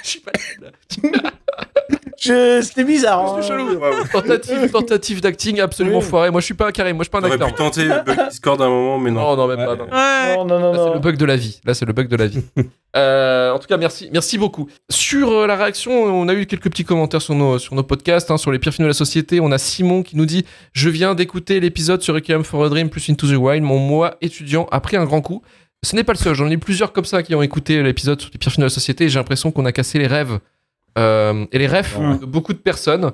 Speaker 1: je suis pas...
Speaker 3: Je... C'était bizarre. hein.
Speaker 1: C'est chelou. Tentative, tentative d'acting absolument
Speaker 3: Oui.
Speaker 1: foirée. Moi, je suis pas un carré, moi, je suis pas un
Speaker 5: T'aurais
Speaker 1: acteur.
Speaker 5: pu tenter le bug Discord à un moment, mais non.
Speaker 1: Non, non, même pas.
Speaker 4: Ouais.
Speaker 1: non.
Speaker 2: Ouais.
Speaker 3: Non, non, non,
Speaker 1: Là, c'est
Speaker 3: non.
Speaker 1: le bug de la vie. Là, c'est le bug de la vie. Euh, en tout cas, merci, merci beaucoup. Sur euh, la réaction, on a eu quelques petits commentaires sur nos, sur nos podcasts, hein, sur les pires films de la société. On a Simon qui nous dit Je viens d'écouter l'épisode sur Requiem for a Dream plus Into the Wild. Mon moi étudiant a pris un grand coup. Ce n'est pas le seul. J'en ai eu plusieurs comme ça qui ont écouté l'épisode sur les pires films de la société. et J'ai l'impression qu'on a cassé les rêves euh, et les rêves
Speaker 3: Ouais.
Speaker 1: de beaucoup de personnes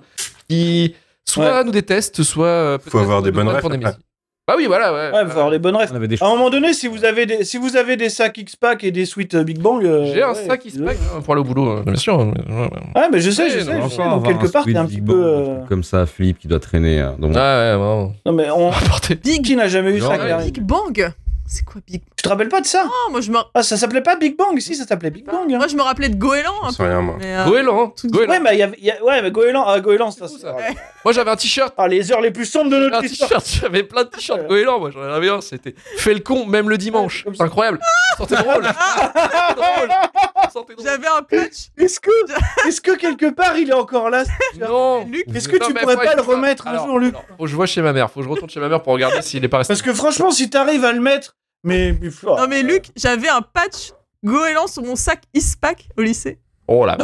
Speaker 1: qui soit nous détestent, soit. euh,
Speaker 5: Faut avoir
Speaker 1: peut-être
Speaker 5: des bonnes
Speaker 1: nous prennent
Speaker 5: rêves,
Speaker 1: pour des
Speaker 5: après.
Speaker 1: messi- Bah oui, voilà. Ouais,
Speaker 3: Ouais, il faut avoir les bonnes rêves.
Speaker 4: On avait des
Speaker 3: À un moment donné, si vous avez des, si vous avez des sacs X-Pack et des suites euh, Big Bang. euh,
Speaker 1: J'ai un
Speaker 3: ouais,
Speaker 1: sac qui se
Speaker 3: désolé.
Speaker 1: pack hein, pour aller au boulot, euh, bien sûr. Ouais, ouais.
Speaker 3: Ouais, mais je sais, je
Speaker 1: Ouais,
Speaker 3: sais.
Speaker 1: non,
Speaker 3: je
Speaker 1: on
Speaker 3: sais.
Speaker 1: va
Speaker 3: Donc, quelque part, t'es un petit peu. euh,
Speaker 4: Comme ça, Philippe qui doit traîner euh, dans mon.
Speaker 1: Ah ouais, vraiment.
Speaker 3: Non, mais on.
Speaker 1: Apporter.
Speaker 3: Qui n'a jamais eu
Speaker 4: Non,
Speaker 3: ça,
Speaker 4: mais-
Speaker 3: Karine
Speaker 2: Big Bang. C'est quoi Big Bang
Speaker 3: Tu te rappelles pas de ça
Speaker 2: Oh, moi, je me...
Speaker 3: Ah, ça s'appelait pas Big Bang, si, ça s'appelait Big Bang. hein.
Speaker 2: moi, je me rappelais de Goéland.
Speaker 3: Oh.
Speaker 5: Je
Speaker 2: un
Speaker 5: sais rien,
Speaker 2: peu,
Speaker 5: moi.
Speaker 2: mais, euh,
Speaker 1: Goéland, hein. Goéland.
Speaker 3: Ah. Ouais, mais il y avait- il y a- ouais, mais Goéland, ah, Goéland, ça,
Speaker 1: C'est fou,
Speaker 3: c'est-
Speaker 1: ça. Moi j'avais un t-shirt.
Speaker 3: Ah, les heures les plus sombres de
Speaker 1: j'avais Un
Speaker 3: notre histoire.
Speaker 1: t-shirt, j'avais plein de t-shirts Goéland, moi j'en avais un, c'était fait le con même le dimanche.
Speaker 3: Comme
Speaker 1: C'est
Speaker 3: ça.
Speaker 1: incroyable. Sortez drôle. Sortez drôle. Sortez drôle.
Speaker 2: J'avais un patch.
Speaker 3: Est-ce que, est-ce que quelque part il est encore là
Speaker 1: Non.
Speaker 2: Luc,
Speaker 3: Est-ce que
Speaker 1: Non,
Speaker 3: tu
Speaker 1: mais
Speaker 3: pourrais
Speaker 1: faut
Speaker 3: pas
Speaker 1: être-
Speaker 3: le remettre un
Speaker 1: Alors,
Speaker 3: jour, Luc
Speaker 1: alors, Faut que je vois chez ma mère, faut que je retourne chez ma mère pour regarder s'il est pas resté.
Speaker 3: Parce que franchement, si t'arrives à le mettre, mais. mais- oh.
Speaker 2: non, mais Luc, j'avais un patch Goéland sur mon sac Ispac au lycée.
Speaker 1: Oh là.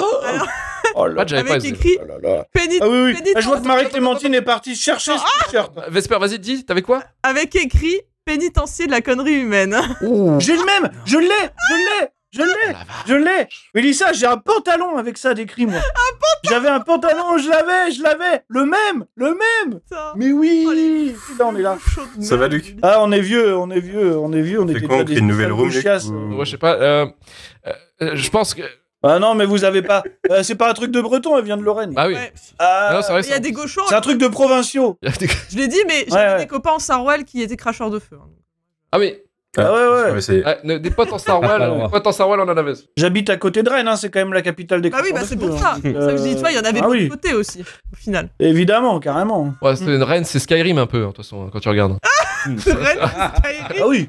Speaker 3: Oh là
Speaker 1: Pat, j'avais pas
Speaker 2: Avec
Speaker 1: les-
Speaker 2: écrit
Speaker 3: là là là.
Speaker 2: Pénit.
Speaker 3: Ah oui, oui.
Speaker 2: Mais dites
Speaker 3: Ah, je vois
Speaker 2: donc,
Speaker 3: que Marie-Clémentine est partie chercher ce t-shirt.
Speaker 1: Vesper, vas-y, dis, t'avais quoi
Speaker 2: Avec écrit pénitencier de la connerie humaine.
Speaker 3: J'ai le même Je l'ai Je l'ai Je l'ai Je l'ai Mélissa, j'ai un pantalon avec ça décrit, moi. J'avais un pantalon, je l'avais, je l'avais Le même Le même
Speaker 2: Putain.
Speaker 3: Mais
Speaker 2: Oh,
Speaker 3: oui
Speaker 2: les-
Speaker 3: Putain, on est là.
Speaker 2: Chaude
Speaker 5: Ça va,
Speaker 2: merde.
Speaker 5: Luc
Speaker 3: Ah, on est vieux, on est vieux, on est vieux, on était
Speaker 5: C'est con,
Speaker 3: pas
Speaker 5: on
Speaker 3: des
Speaker 5: crée une nouvelle
Speaker 3: sales
Speaker 5: room.
Speaker 3: bouchasses.
Speaker 1: Ouais, je sais pas. euh, euh, euh, je pense que.
Speaker 3: Ah non, mais vous avez pas... euh, c'est pas un truc de breton, elle vient de Lorraine.
Speaker 1: Bah oui.
Speaker 2: Ouais.
Speaker 3: Ah,
Speaker 1: Non, c'est vrai.
Speaker 2: Il y a
Speaker 1: ça.
Speaker 2: des gauchos.
Speaker 3: c'est un truc de provinciaux.
Speaker 2: Je l'ai dit, mais j'avais
Speaker 3: Ouais, ouais.
Speaker 2: des copains en Sarwell qui étaient cracheurs de feu. hein.
Speaker 1: Ah oui.
Speaker 3: Ah ouais, ouais.
Speaker 5: Je vais essayer.
Speaker 1: Ah, ne- des potes en Star Wars, des potes en Star Wars, on en avait.
Speaker 3: J'habite à côté de Rennes, hein, c'est quand même la capitale des
Speaker 2: Bah oui, bah c'est pour ça. C'est
Speaker 3: Euh,
Speaker 2: pour ça que je dis, tu vois, il y en avait de
Speaker 3: ah
Speaker 2: l'autre
Speaker 3: oui.
Speaker 2: côté aussi, au final.
Speaker 3: Évidemment, carrément.
Speaker 1: Ouais, c'est une reine, c'est Skyrim un peu, hein, de toute façon, hein, quand tu regardes.
Speaker 2: C'est vrai, Skyrim,
Speaker 3: Ah oui.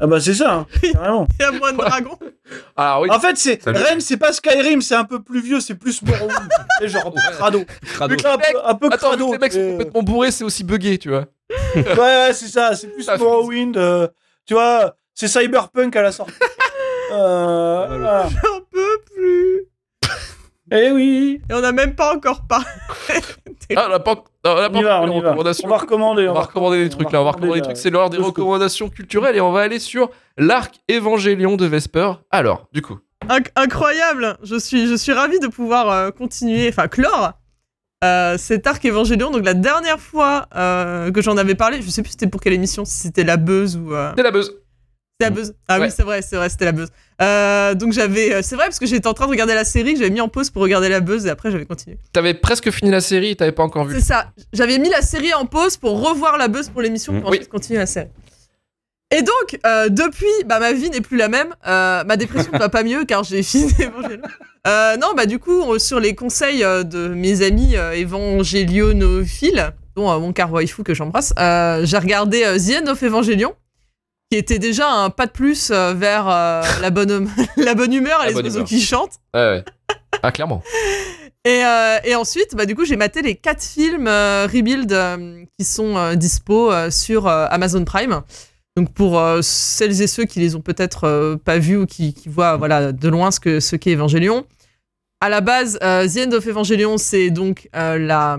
Speaker 3: Ah bah c'est ça, hein, carrément.
Speaker 2: il y a moins de dragons.
Speaker 1: Alors oui,
Speaker 3: En fait, c'est
Speaker 5: Salut.
Speaker 3: Rennes, c'est pas Skyrim, c'est un peu plus vieux, c'est plus Morrowind. c'est genre un peu crado.
Speaker 4: Crado.
Speaker 3: Vu que là, un peu, un peu
Speaker 1: attends, vu que
Speaker 3: crado.
Speaker 1: les mecs
Speaker 2: euh.
Speaker 1: sont
Speaker 3: mais-
Speaker 1: complètement bourrés, c'est aussi bugué, tu vois.
Speaker 3: Ouais, ouais, c'est ça, c'est plus
Speaker 1: Ça fait-
Speaker 3: Morrowind. euh, tu vois, c'est Cyberpunk à la sortie. euh,
Speaker 4: Mal.
Speaker 3: voilà.
Speaker 2: J'en peux plus.
Speaker 3: Eh oui,
Speaker 2: Et on n'a même pas encore parlé.
Speaker 1: Ah, on a pas, on a
Speaker 3: on
Speaker 1: pas
Speaker 3: y va,
Speaker 1: fait les
Speaker 3: on y va.
Speaker 1: recommandations.
Speaker 3: On va recommander.
Speaker 1: On va recommander des trucs là, on va recommander des trucs. C'est l'heure des
Speaker 3: euh, Let's go.
Speaker 1: recommandations culturelles et on va aller sur l'arc évangélion de Vesper. Alors, du coup,
Speaker 2: Inc- incroyable Je suis, je suis ravie de pouvoir euh, continuer, enfin clore euh, cet arc évangélion. Donc la dernière fois euh, que j'en avais parlé, je sais plus c'était pour quelle émission, si c'était la buzz ou... euh,
Speaker 1: c'est la buzz.
Speaker 2: C'était la buzz. Ah
Speaker 1: Ouais.
Speaker 2: oui, c'est vrai, c'est vrai, c'était la buzz. Euh, donc j'avais... euh, c'est vrai parce que j'étais en train de regarder la série, j'avais mis en pause pour regarder la buzz et après j'avais continué.
Speaker 1: T'avais presque fini la série et t'avais pas encore vu.
Speaker 2: C'est ça, j'avais mis la série en pause pour revoir la buzz pour l'émission,
Speaker 4: Mm.
Speaker 2: pour
Speaker 1: Oui.
Speaker 2: ensuite continuer la série. Et donc, euh, depuis, bah, ma vie n'est plus la même. Euh, ma dépression ne va pas mieux car j'ai fini Evangelion. Euh, non, bah du coup, euh, sur les conseils euh, de mes amis euh, évangélionophiles, dont euh, mon car waifu que j'embrasse, euh, j'ai regardé euh, The End of Evangelion, qui était déjà un pas de plus euh, vers euh, la, bonne, la bonne humeur et
Speaker 1: La
Speaker 2: les
Speaker 1: bonne
Speaker 2: oiseaux
Speaker 1: humeur.
Speaker 2: qui chantent.
Speaker 1: Ah ouais. Ah, clairement.
Speaker 2: Et, euh, et ensuite, bah, du coup, j'ai maté les quatre films euh, Rebuild euh, qui sont euh, dispo euh, sur euh, Amazon Prime. Donc pour euh, celles et ceux qui les ont peut-être euh, pas vus ou qui, qui voient voilà, de loin ce qu'est ce qu'est Evangelion. À la base, euh, The End of Evangelion, c'est donc euh, la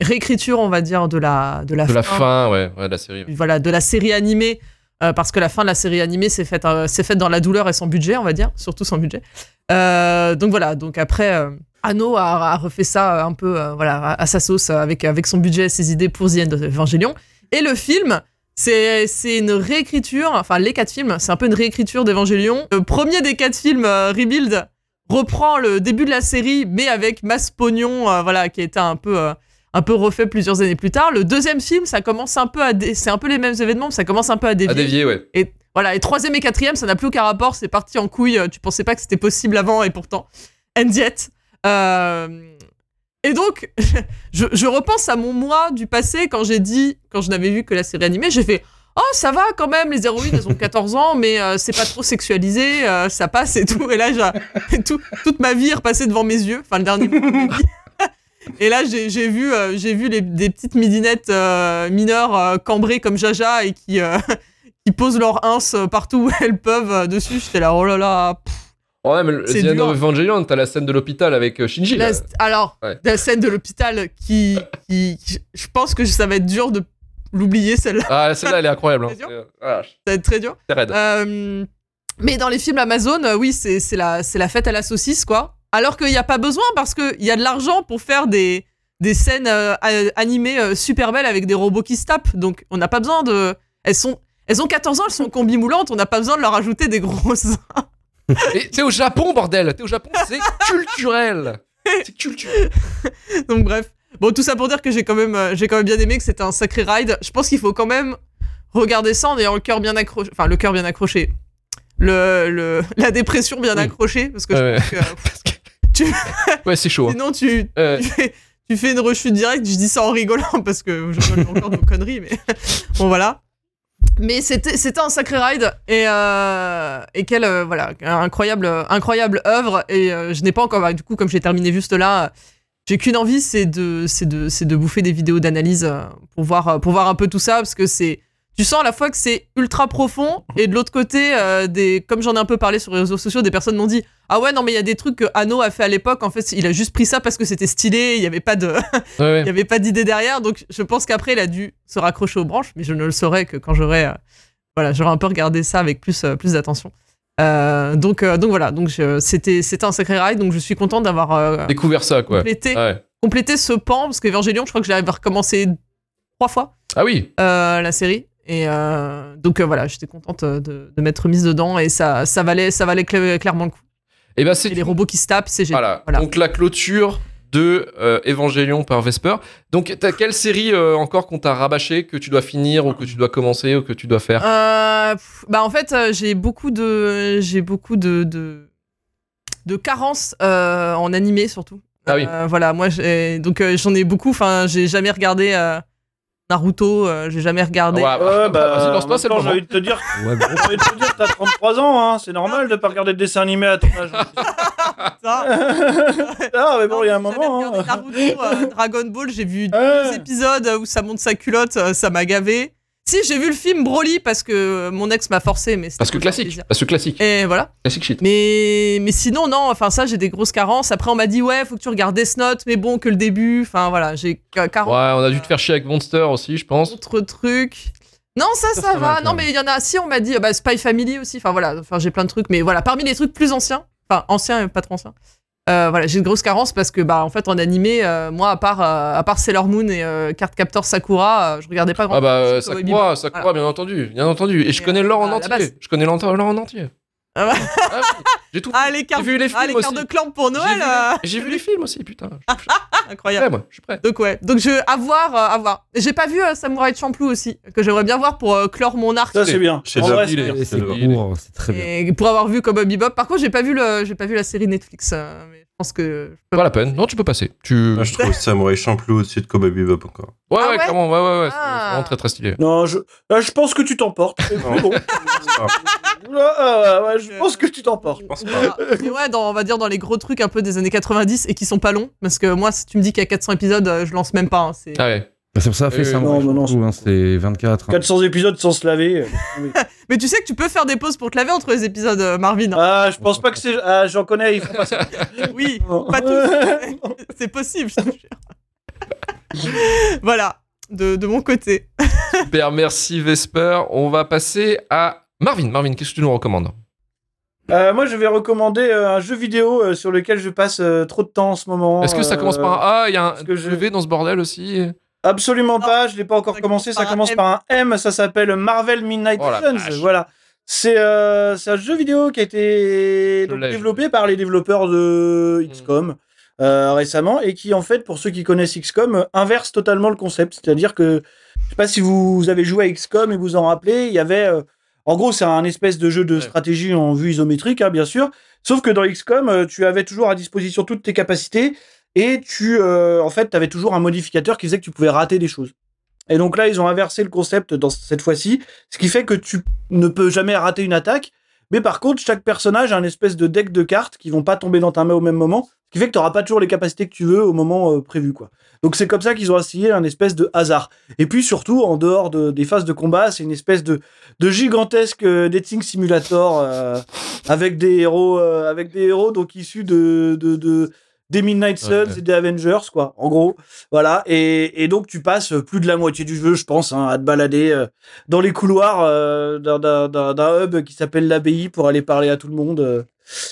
Speaker 2: réécriture, on va dire, de la, de la
Speaker 1: De la
Speaker 2: fin
Speaker 1: fin, ouais, ouais, de la série.
Speaker 2: voilà, de la série animée, euh, parce que la fin de la série animée s'est faite, euh, s'est faite dans la douleur et sans budget, on va dire, surtout sans budget. Euh, donc voilà, donc après, euh, Anno a, a refait ça euh, un peu euh, voilà, à, à sa sauce, euh, avec, avec son budget et ses idées pour The End of Evangelion. Et le film, c'est c'est une réécriture, enfin les quatre films, c'est un peu une réécriture d'Evangelion. Le premier des quatre films, euh, Rebuild, reprend le début de la série, mais avec Mass Pognon, euh, voilà, qui était un peu... euh, un peu refait plusieurs années plus tard. Le deuxième film, ça commence un peu à dé- c'est un peu les mêmes événements, mais ça commence un peu à dévier.
Speaker 1: À dévier, ouais.
Speaker 2: Et voilà, et troisième et quatrième, ça n'a plus aucun rapport, c'est parti en couille. euh, Tu pensais pas que c'était possible avant et pourtant. And yet. Euh, Et donc, je, je repense à mon moi du passé quand j'ai dit, quand je n'avais vu que la série animée, j'ai fait Oh, ça va quand même, les héroïnes, elles ont 14 ans, mais euh, c'est pas trop sexualisé, euh, ça passe et tout. Et là, j'ai- et tout- toute ma vie est repassée devant mes yeux, enfin le dernier mois de ma vie. Et là, j'ai j'ai vu, euh, j'ai vu les- des petites midinettes euh, mineures euh, cambrées comme Jaja et qui, euh, qui posent leur ins euh, partout où elles peuvent euh, dessus. J'étais là, oh là là. pff.
Speaker 1: Oh, ouais, mais le
Speaker 2: C'est
Speaker 1: The End
Speaker 2: dur.
Speaker 1: of Evangelion, t'as la scène de l'hôpital avec euh, Shinji.
Speaker 2: La-
Speaker 1: là.
Speaker 2: alors,
Speaker 1: Ouais.
Speaker 2: la scène de l'hôpital qui, qui- qui- Je pense que ça va être dur de l'oublier, celle-là.
Speaker 1: Ah, celle-là, elle est incroyable. hein.
Speaker 2: C'est dur.
Speaker 1: Euh, ah,
Speaker 2: Ça va être très dur.
Speaker 1: c'est raide.
Speaker 2: Euh, mais dans les films Amazon, euh, oui, c'est c'est la, c'est la fête à la saucisse, quoi. Alors qu'il n'y a pas besoin parce qu'il y a de l'argent pour faire des, des scènes euh, a- animées euh, super belles avec des robots qui se tapent. Donc on n'a pas besoin de. Elles sont. Elles ont 14 ans, elles sont combi moulantes, on n'a pas besoin de leur ajouter des grosses. Ah.
Speaker 1: Et t'es au Japon, bordel T'es au Japon, c'est culturel C'est culturel
Speaker 2: Donc bref. Bon, tout ça pour dire que j'ai quand même, euh, j'ai quand même bien aimé que c'était un sacré ride. Je pense qu'il faut quand même regarder ça en ayant le cœur bien accroché, enfin le cœur bien accroché, le, le- la dépression bien
Speaker 1: Oui.
Speaker 2: accrochée, parce que
Speaker 1: Ouais,
Speaker 2: je pense que, euh,
Speaker 1: Ouais, c'est chaud. hein.
Speaker 2: sinon tu,
Speaker 1: Euh,
Speaker 2: tu fais, tu fais une rechute directe, je dis ça en rigolant parce que je rigole encore de nos conneries, mais bon voilà. Mais c'était c'était un sacré ride et, euh, et quelle euh, voilà incroyable euh, incroyable œuvre et euh, je n'ai pas encore bah, du coup comme j'ai terminé juste là euh, j'ai qu'une envie c'est de c'est de c'est de bouffer des vidéos d'analyse euh, pour voir euh, pour voir un peu tout ça parce que c'est tu sens à la fois que c'est ultra profond et de l'autre côté euh, des comme j'en ai un peu parlé sur les réseaux sociaux des personnes m'ont dit ah ouais, non, mais il y a des trucs que Anno a fait à l'époque. En fait, il a juste pris ça parce que c'était stylé. Il n'y avait pas de,
Speaker 1: ouais,
Speaker 2: il y
Speaker 1: ouais.
Speaker 2: avait pas d'idée derrière. Donc, je pense qu'après, il a dû se raccrocher aux branches. Mais je ne le saurais que quand j'aurais, euh, voilà, j'aurais un peu regardé ça avec plus, euh, plus d'attention. Euh, donc, euh, donc voilà. Donc, je- c'était, c'était un sacré ride. Donc, je suis contente d'avoir euh,
Speaker 1: Découvert ça, quoi.
Speaker 2: complété,
Speaker 1: Ouais.
Speaker 2: complété ce pan parce qu'Evangelion, je crois que j'avais recommencé trois fois
Speaker 1: Ah oui
Speaker 2: euh, la série. Et euh, donc euh, voilà, j'étais contente euh, de, de m'être mise dedans et ça, ça valait, ça valait cla- clairement le coup.
Speaker 1: Et bah, c'est
Speaker 2: Et les robots qui se tapent, c'est génial.
Speaker 1: Voilà.
Speaker 2: Voilà.
Speaker 1: Donc la clôture de euh, Evangelion par Vesper. Donc, t'as quelle série euh, encore qu'on t'a rabâché, que tu dois finir, ou que tu dois commencer, ou que tu dois faire
Speaker 2: Euh, pff, bah en fait, euh, j'ai beaucoup de, j'ai beaucoup de, de, de carences euh, en animé surtout.
Speaker 1: Ah oui.
Speaker 2: Euh, voilà, moi j'ai- donc euh, j'en ai beaucoup. Enfin, j'ai jamais regardé euh, Naruto, euh, j'ai jamais regardé.
Speaker 1: Ah, Ouais,
Speaker 3: Ouais,
Speaker 1: vas-y,
Speaker 3: bah,
Speaker 1: lance-toi,
Speaker 3: en même
Speaker 1: c'est le
Speaker 3: temps, j'ai
Speaker 1: moment.
Speaker 3: envie de te dire,
Speaker 4: Ouais, bon.
Speaker 3: j'ai envie de te dire, t'as 33 ans, hein, c'est normal de pas regarder de dessin animé à ton âge.
Speaker 2: Ça.
Speaker 3: Ah, mais bon,
Speaker 2: Non,
Speaker 3: il y a un
Speaker 2: j'ai jamais
Speaker 3: moment.
Speaker 2: regardé
Speaker 3: hein. Ah
Speaker 2: Naruto, euh, Dragon Ball, j'ai vu
Speaker 3: Ouais.
Speaker 2: deux épisodes où ça monte sa culotte, euh, ça m'a gavé. Si j'ai vu le film Broly parce que euh, mon ex m'a forcé, mais c'était
Speaker 1: Parce que
Speaker 2: pour faire
Speaker 1: classique,
Speaker 2: plaisir.
Speaker 1: parce que classique,
Speaker 2: Et voilà.
Speaker 1: classique shit.
Speaker 2: Mais, mais sinon, non, enfin, ça, j'ai des grosses carences. Après, on m'a dit, ouais, faut que tu regardes Death Note, mais bon, que le début. Enfin, voilà, j'ai ca- 40
Speaker 1: Ouais, on a dû te faire chier avec Monster aussi, je pense.
Speaker 2: autres trucs. Non, ça, ça,
Speaker 4: ça va,
Speaker 2: va.
Speaker 4: quand
Speaker 2: Non,
Speaker 4: même.
Speaker 2: mais il y en a, si, on m'a dit, ah bah, Spy Family aussi. Enfin, voilà, enfin, j'ai plein de trucs. Mais voilà, parmi les trucs plus anciens, enfin, anciens et pas trop anciens, euh, voilà, j'ai de grosses carences parce que, bah, en fait, en animé, euh, moi, à part, euh, à part Sailor Moon et euh, Card Captor Sakura, euh, je regardais pas grand
Speaker 1: Ah bah, euh,
Speaker 2: Cowboy
Speaker 1: Sakura,
Speaker 2: Bebop.
Speaker 1: Sakura,
Speaker 2: Voilà.
Speaker 1: bien entendu, bien entendu. Et je
Speaker 2: Et,
Speaker 1: connais l'or en
Speaker 2: euh, à la
Speaker 1: entier,
Speaker 2: base.
Speaker 1: je connais l'or en entier.
Speaker 2: Ah bah.
Speaker 1: Ah oui, j'ai tout
Speaker 2: Ah, les cartes,
Speaker 1: vu les
Speaker 2: ah,
Speaker 1: films
Speaker 2: cartes
Speaker 1: aussi.
Speaker 2: de clan pour
Speaker 1: J'ai
Speaker 2: Noël,
Speaker 1: vu-
Speaker 2: euh,
Speaker 1: J'ai vu les films aussi, putain. Je suis
Speaker 2: incroyable.
Speaker 1: prêt, moi, je suis prêt.
Speaker 2: Donc ouais, donc je à voir, euh, à voir. J'ai pas vu euh, Samouraï Champloo aussi que j'aimerais bien voir pour euh, clore mon arc
Speaker 3: Ça, c'est bien.
Speaker 5: Chez
Speaker 3: En
Speaker 5: Zapp,
Speaker 3: vrai,
Speaker 1: il
Speaker 3: c'est
Speaker 1: est-
Speaker 3: bien.
Speaker 4: Et C'est
Speaker 1: Il est-
Speaker 4: court, c'est très bien.
Speaker 2: et pour avoir vu comme Bebop. Par contre, j'ai pas vu le j'ai pas vu la série Netflix euh, mais je pense que je peux
Speaker 1: Pas la peine, non, tu peux passer. Tu...
Speaker 5: Moi, Ah, je trouve Samurai Champloo au-dessus de Cowboy Bebop encore.
Speaker 1: Ouais,
Speaker 2: Ah
Speaker 1: ouais,
Speaker 2: ouais
Speaker 1: clairement, ouais, ouais, ouais. c'est-
Speaker 2: Ah.
Speaker 1: C'est vraiment très très stylé.
Speaker 3: Non, je, là, je pense que tu t'emportes. Et puis, bon. Oula, ah, ouais, je pense que tu t'emportes.
Speaker 5: pense
Speaker 2: On
Speaker 5: pas.
Speaker 2: verra. Mais ouais, dans- on va dire dans les gros trucs un peu des années 90 et qui sont pas longs parce que moi si tu me dis qu'il y a 400 épisodes, euh, je lance même pas hein, c'est
Speaker 1: Ah ouais.
Speaker 4: C'est pour ça,
Speaker 1: Euh,
Speaker 4: fait ça.
Speaker 3: non,
Speaker 4: moi, je
Speaker 3: non, non,
Speaker 4: trouve, hein, C'est 24. hein.
Speaker 3: 400 épisodes sans se laver. euh, oui.
Speaker 2: Mais tu sais que tu peux faire des pauses pour te laver entre les épisodes euh, Marvin. hein.
Speaker 3: Ah, je pense pas que c'est. Ah, j'en connais, ils font pas ça.
Speaker 2: Oui,
Speaker 3: Non.
Speaker 2: pas tous. c'est possible, je te jure. voilà, de, de mon côté.
Speaker 1: Super, merci Vesper. On va passer à Marvin. Marvin, qu'est-ce que tu nous recommandes
Speaker 3: Euh, moi, je vais recommander euh, un jeu vidéo euh, sur lequel je passe euh, trop de temps en ce moment.
Speaker 1: Est-ce que ça
Speaker 3: Euh,
Speaker 1: commence par un A Il y a un
Speaker 3: est-ce que je-
Speaker 1: V dans ce bordel aussi
Speaker 3: Absolument
Speaker 2: Non.
Speaker 3: pas, je l'ai pas encore
Speaker 2: Ça
Speaker 3: commencé, ça
Speaker 2: commence
Speaker 3: commence
Speaker 2: par
Speaker 3: par un M, ça s'appelle Marvel Midnight
Speaker 1: Oh la vache.
Speaker 3: Suns. Voilà. C'est euh, c'est un jeu vidéo qui a été
Speaker 1: Je
Speaker 3: donc
Speaker 1: l'ai, je l'ai.
Speaker 3: développé par les développeurs de XCOM euh, récemment et qui en fait pour ceux qui connaissent XCOM euh, inverse totalement le concept, c'est-à-dire que je sais pas si vous avez joué à XCOM et vous en rappelez, il y avait euh, en gros, c'est un espèce de jeu de
Speaker 1: Ouais.
Speaker 3: stratégie en vue isométrique, hein, bien sûr. Sauf que dans XCOM, euh, tu avais toujours à disposition toutes tes capacités et tu euh, en fait avais toujours un modificateur qui faisait que tu pouvais rater des choses. Et donc là, ils ont inversé le concept dans cette fois-ci, ce qui fait que tu ne peux jamais rater une attaque, mais par contre, chaque personnage a un espèce de deck de cartes qui vont pas tomber dans ta main au même moment, ce qui fait que tu n'auras pas toujours les capacités que tu veux au moment euh, prévu quoi. Donc c'est comme ça qu'ils ont essayé un espèce de hasard. Et puis surtout en dehors de- des phases de combat, c'est une espèce de de gigantesque euh, dating simulator euh, avec des héros euh, avec des héros donc issus de de, de- des Midnight Suns
Speaker 1: Ouais, ouais.
Speaker 3: et des Avengers quoi en gros voilà et, et donc tu passes plus de la moitié du jeu je pense hein, à te balader euh, dans les couloirs euh, d'un- d'un d'un- d'un hub qui s'appelle l'abbaye pour aller parler à tout le monde euh.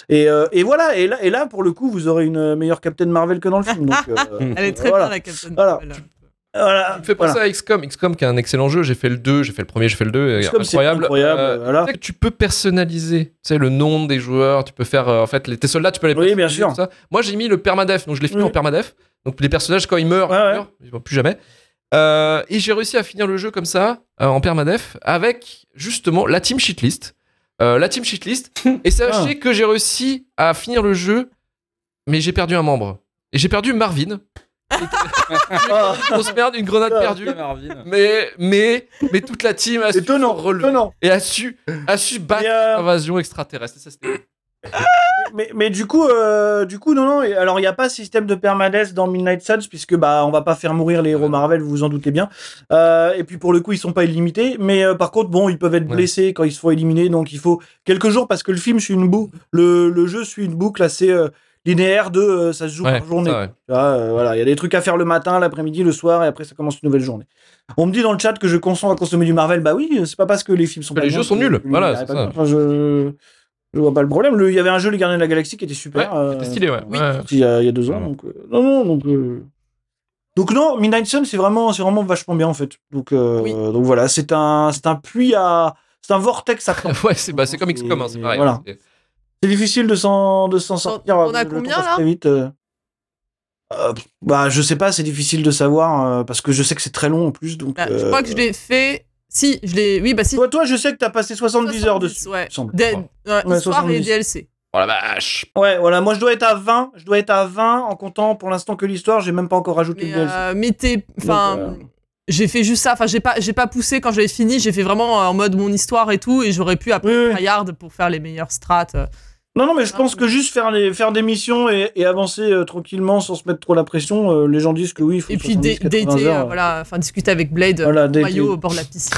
Speaker 3: et, euh, et voilà et là et là pour le coup vous aurez une meilleure Captain Marvel que dans le film donc, euh,
Speaker 2: Elle est très
Speaker 3: voilà.
Speaker 2: bien la Captain
Speaker 3: Voilà.
Speaker 2: Marvel.
Speaker 3: voilà
Speaker 1: Ça me fait penser
Speaker 3: Voilà.
Speaker 1: à XCOM. XCOM qui est un excellent jeu. J'ai fait le 2, j'ai fait le premier, j'ai fait le 2.
Speaker 3: XCOM, c'est
Speaker 1: incroyable. Euh,
Speaker 3: incroyable, voilà.
Speaker 1: tu sais que Tu peux personnaliser tu sais, le nom des joueurs. Tu peux faire. euh, en fait, les, tes soldats, tu peux les
Speaker 3: Oui, bien
Speaker 1: personnaliser,
Speaker 3: sûr.
Speaker 1: tout ça. Moi, j'ai mis le permadef. Donc, je l'ai fini
Speaker 3: Oui.
Speaker 1: en permadef. Donc, les personnages, quand ils meurent,
Speaker 3: Ouais,
Speaker 1: ils
Speaker 3: ouais.
Speaker 1: meurent. Ils meurent plus jamais. Euh, et j'ai réussi à finir le jeu comme ça, euh, en permadef, avec justement la team shitlist. Euh, la team shitlist. et sachez
Speaker 3: Ah.
Speaker 1: que j'ai réussi à finir le jeu, mais j'ai perdu un membre. Et j'ai perdu Marvin.
Speaker 3: Ah,
Speaker 1: On se perd une grenade
Speaker 3: Ah,
Speaker 1: perdue. Mais, mais, mais toute la team a su
Speaker 3: c'est étonnant
Speaker 1: se relever
Speaker 3: étonnant
Speaker 1: et a su, a su battre
Speaker 3: Et, euh,
Speaker 1: l'invasion extraterrestre. Et ça, c'était-
Speaker 3: mais, mais du coup, euh, du coup, non, non. et Alors, il n'y a pas système de permanence dans Midnight Suns puisque bah on va pas faire mourir les héros Marvel, vous vous en doutez bien. Euh, et puis pour le coup, ils sont pas illimités. Mais euh, par contre, bon, ils peuvent être
Speaker 1: Ouais.
Speaker 3: blessés quand ils se font éliminer, donc il faut quelques jours parce que le film suit une boucle, le, le jeu suit une boucle assez euh, linéaire de euh, ça se joue
Speaker 1: Ouais,
Speaker 3: par journée.
Speaker 1: ça, ouais.
Speaker 3: Tu vois, euh, voilà, il y a des trucs à faire le matin, l'après-midi, le soir, et après ça commence une nouvelle journée. On me dit dans le chat que je consens à consommer du Marvel. Bah oui, c'est pas parce que les films sont
Speaker 1: Que
Speaker 3: pas
Speaker 1: les
Speaker 3: bons
Speaker 1: jeux sont
Speaker 3: que-
Speaker 1: nuls,
Speaker 3: que-
Speaker 1: voilà,
Speaker 3: que-
Speaker 1: c'est
Speaker 3: que-
Speaker 1: ça.
Speaker 3: enfin, je... je vois pas le problème. Le- Il y avait un jeu, Les Gardiens de la Galaxie, qui était super.
Speaker 1: Ouais, c'était
Speaker 3: euh,
Speaker 1: stylé, ouais.
Speaker 2: oui.
Speaker 1: Ouais.
Speaker 3: Il y a, il y a deux ans.
Speaker 4: Voilà.
Speaker 3: Donc, euh, non, non, donc. euh, Donc non, Midnight Sun, c'est vraiment, c'est vraiment vachement bien en fait. Donc, euh,
Speaker 2: Oui.
Speaker 3: donc voilà, c'est un, c'est un puits à, c'est un vortex à
Speaker 1: Ouais, c'est bah, c'est comme XCOM, hein, c'est pareil.
Speaker 3: Voilà.
Speaker 1: C'est-
Speaker 3: C'est difficile de s'en, de s'en sortir. euh,
Speaker 2: On a
Speaker 3: le temps
Speaker 2: combien,
Speaker 3: passe
Speaker 2: là
Speaker 3: très vite. euh. Euh, pff, bah, je sais pas, c'est difficile de savoir euh, parce que je sais que c'est très long en plus. Donc,
Speaker 2: Bah, Je
Speaker 3: euh,
Speaker 2: crois que je l'ai fait. Si, je l'ai. Oui, bah si.
Speaker 3: toi, toi, je sais que t'as passé 70, heures
Speaker 2: 70,
Speaker 3: dessus.
Speaker 2: ouais.
Speaker 3: il me semble.
Speaker 2: Dé- euh,
Speaker 3: Ouais,
Speaker 2: histoire et
Speaker 3: 70.
Speaker 2: DLC.
Speaker 1: Oh la vache
Speaker 3: Ouais, voilà. Moi, je dois être à 20. Je dois être à 20 en comptant pour l'instant que l'histoire. J'ai même pas encore rajouté
Speaker 2: Mais,
Speaker 3: le DLC.
Speaker 2: euh, mais t'es- Enfin.
Speaker 3: Donc, euh,
Speaker 2: J'ai fait juste ça. Enfin, j'ai pas, j'ai pas poussé quand j'avais fini. J'ai fait vraiment euh, en mode mon histoire et tout. Et j'aurais pu après
Speaker 3: Oui, oui.
Speaker 2: tryhard pour faire les meilleures strates. euh.
Speaker 3: Non, non, mais je pense que juste faire, les, faire des missions et, et avancer euh, tranquillement sans se mettre trop la pression, euh, les gens disent que oui, il faut
Speaker 2: Et puis dé-
Speaker 3: 70, 80
Speaker 2: dater, euh,
Speaker 3: heures.
Speaker 2: voilà. Enfin, discuter avec Blade, euh,
Speaker 3: Voilà, dater.
Speaker 2: maillot au bord de la piscine.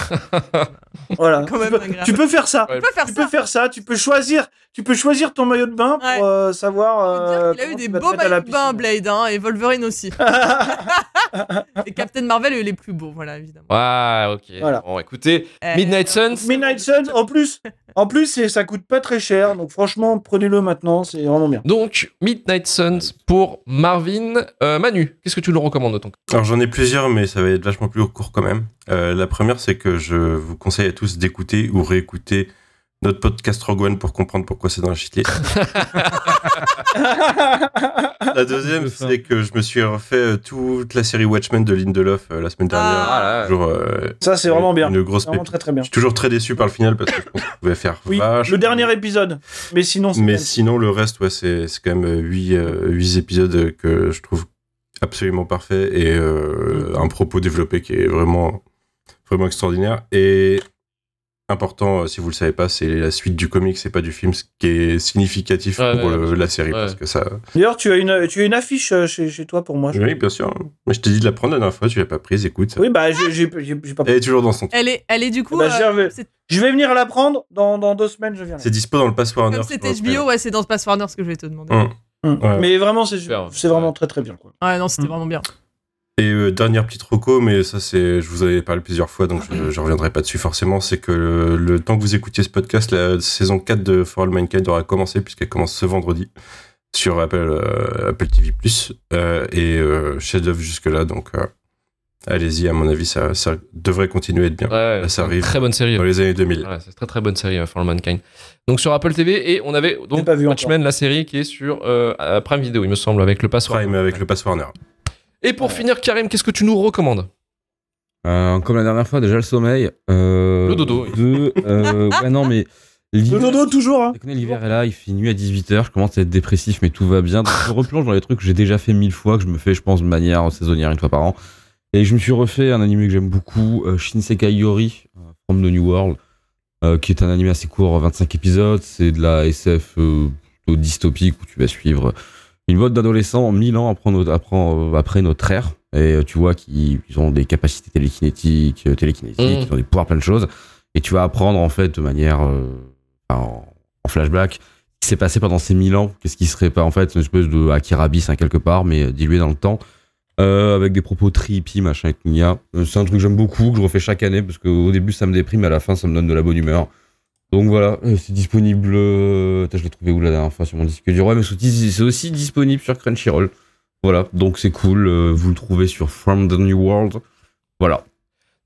Speaker 3: Voilà.
Speaker 2: quand même
Speaker 3: tu, peux,
Speaker 2: agréable.
Speaker 3: tu peux faire ça.
Speaker 2: On peut faire
Speaker 3: Tu
Speaker 2: ça.
Speaker 3: peux faire ça. Tu peux choisir. Tu peux choisir ton maillot de bain
Speaker 2: Ouais.
Speaker 3: pour euh, savoir. euh,
Speaker 2: il a eu
Speaker 3: comment
Speaker 2: des
Speaker 3: tu vas te
Speaker 2: beaux
Speaker 3: mettre à la
Speaker 2: maillots de bain,
Speaker 3: piscine.
Speaker 2: Blade, hein, et Wolverine aussi. et Captain Marvel est les plus beaux, voilà, évidemment.
Speaker 1: Ouais, ok.
Speaker 3: Voilà.
Speaker 1: Bon, écoutez,
Speaker 2: Euh,
Speaker 1: Midnight Suns,
Speaker 3: Midnight Suns, en plus, en plus, c'est- ça coûte pas très cher, donc franchement, prenez-le maintenant, c'est vraiment bien.
Speaker 1: donc Midnight Suns pour Marvin. Euh, Manu, qu'est-ce que tu nous recommandes de ton côté
Speaker 5: Alors j'en ai plusieurs, mais ça va être vachement plus court quand même. Euh, la première, c'est que je vous conseille à tous d'écouter ou réécouter notre podcast Rogue One pour comprendre pourquoi c'est dans la shitlist. la deuxième, c'est que je me suis refait euh, toute la série Watchmen de Lindelof euh, la semaine dernière.
Speaker 2: Ah.
Speaker 1: là,
Speaker 5: Toujours, euh,
Speaker 3: Ça, c'est vraiment bien.
Speaker 5: Une grosse
Speaker 3: C'est vraiment
Speaker 5: pépite.
Speaker 3: très très bien.
Speaker 5: Je suis toujours très déçu par le final parce que je pense qu'on pouvait faire
Speaker 3: Oui,
Speaker 5: vache.
Speaker 3: le dernier épisode. Mais sinon, c'est
Speaker 5: Mais
Speaker 3: bien.
Speaker 5: sinon, le reste, ouais, c'est c'est quand même euh, 8, épisodes que je trouve absolument parfaits et euh, un propos développé qui est vraiment, vraiment extraordinaire. Et important, euh, si vous le savez pas, c'est la suite du comic, c'est pas du film, ce qui est significatif
Speaker 1: Ouais,
Speaker 5: pour
Speaker 1: ouais,
Speaker 5: le- la série.
Speaker 1: ouais.
Speaker 5: Parce que ça.
Speaker 3: D'ailleurs, tu as une, tu as une affiche euh, chez, chez toi pour moi. je-
Speaker 5: Oui, bien sûr. hein. Mais je t'ai dit de la prendre la dernière fois, tu l'as pas prise, écoute.
Speaker 3: Oui, bah, j'ai j'ai- j'ai- j'ai pas.
Speaker 5: Elle est toujours dans son.
Speaker 2: Elle est, elle est du coup.
Speaker 3: Bah,
Speaker 2: euh,
Speaker 3: j'y avais-
Speaker 2: c'est-
Speaker 3: Je vais venir la prendre dans, dans deux semaines, je viens.
Speaker 5: C'est dispo dans le Pass Warner.
Speaker 2: comme
Speaker 5: je
Speaker 2: c'est
Speaker 5: pense, mais-
Speaker 2: HBO, ouais, c'est dans Space Warner ce que je vais te demander.
Speaker 5: Hum.
Speaker 3: Mm.
Speaker 5: Ouais.
Speaker 3: Mais vraiment, c'est
Speaker 1: Super,
Speaker 3: c'est vraiment
Speaker 1: ouais.
Speaker 3: très très bien. Quoi.
Speaker 2: Ouais, non, c'était
Speaker 3: Mm.
Speaker 2: vraiment bien.
Speaker 5: Et euh, dernière petite roco, mais ça c'est, je vous avais parlé plusieurs fois, donc je, je reviendrai pas dessus forcément. C'est que le, le temps que vous écoutiez ce podcast, la saison 4 de For All Mankind aura commencé puisqu'elle commence ce vendredi sur Apple, euh, Apple TV+. Euh, et euh, chef d'œuvre jusque là, donc euh, allez-y. À mon avis, ça, ça devrait continuer à être bien
Speaker 1: Ouais,
Speaker 5: ça
Speaker 1: c'est une
Speaker 5: arrive.
Speaker 1: Très bonne série.
Speaker 5: dans les années 2000.
Speaker 1: Ouais, c'est une très très bonne série, euh, For All Mankind. Donc sur Apple TV, et on avait donc
Speaker 3: pas vu encore.
Speaker 1: Watchmen, la série qui est sur euh, euh, Prime Video, il me semble, avec le password.
Speaker 5: Prime avec le Pass Warner.
Speaker 1: Et pour finir, Karim, qu'est-ce que tu nous recommandes
Speaker 4: Euh, comme la dernière fois, déjà le sommeil. euh,
Speaker 1: Le dodo, oui.
Speaker 4: Deux. euh, ouais, non, mais.
Speaker 3: Le
Speaker 4: l'hiver-
Speaker 3: dodo, toujours. hein.
Speaker 4: Je connais, L'hiver est là, il fait nuit à 18h, je commence à être dépressif, mais tout va bien. Donc, je replonge dans les trucs que j'ai déjà fait mille fois, que je me fais, je pense, de manière saisonnière une fois par an. Et je me suis refait un anime que j'aime beaucoup, euh, Shinsekai Yori, euh, From the New World, euh, qui est un anime assez court, 25 épisodes. C'est de la SF euh, plutôt dystopique où tu vas suivre une mode d'adolescents 1000 ans après notre, après, euh, après notre ère. Et euh, tu vois qu'ils ils ont des capacités télékinétiques, euh, télékinésiques,
Speaker 1: Mhm.
Speaker 4: ils ont des pouvoirs, plein de choses. Et tu vas apprendre, en fait, de manière. euh, en, en flashback, ce qui s'est passé pendant ces 1000 ans, qu'est-ce qui serait pas en fait une espèce de Akirabis hein, quelque part, mais euh, dilué dans le temps, euh, avec des propos trippy, machin, avec Nia. Euh, C'est un truc que j'aime beaucoup, que je refais chaque année, parce qu'au début ça me déprime, à la fin ça me donne de la bonne humeur. Donc voilà, euh, c'est disponible. euh, attends, je l'ai trouvé où la dernière fois sur mon disque dur Ouais, mais sous- c'est aussi disponible sur Crunchyroll. Voilà, donc c'est cool. euh, vous le trouvez sur From the New World. Voilà.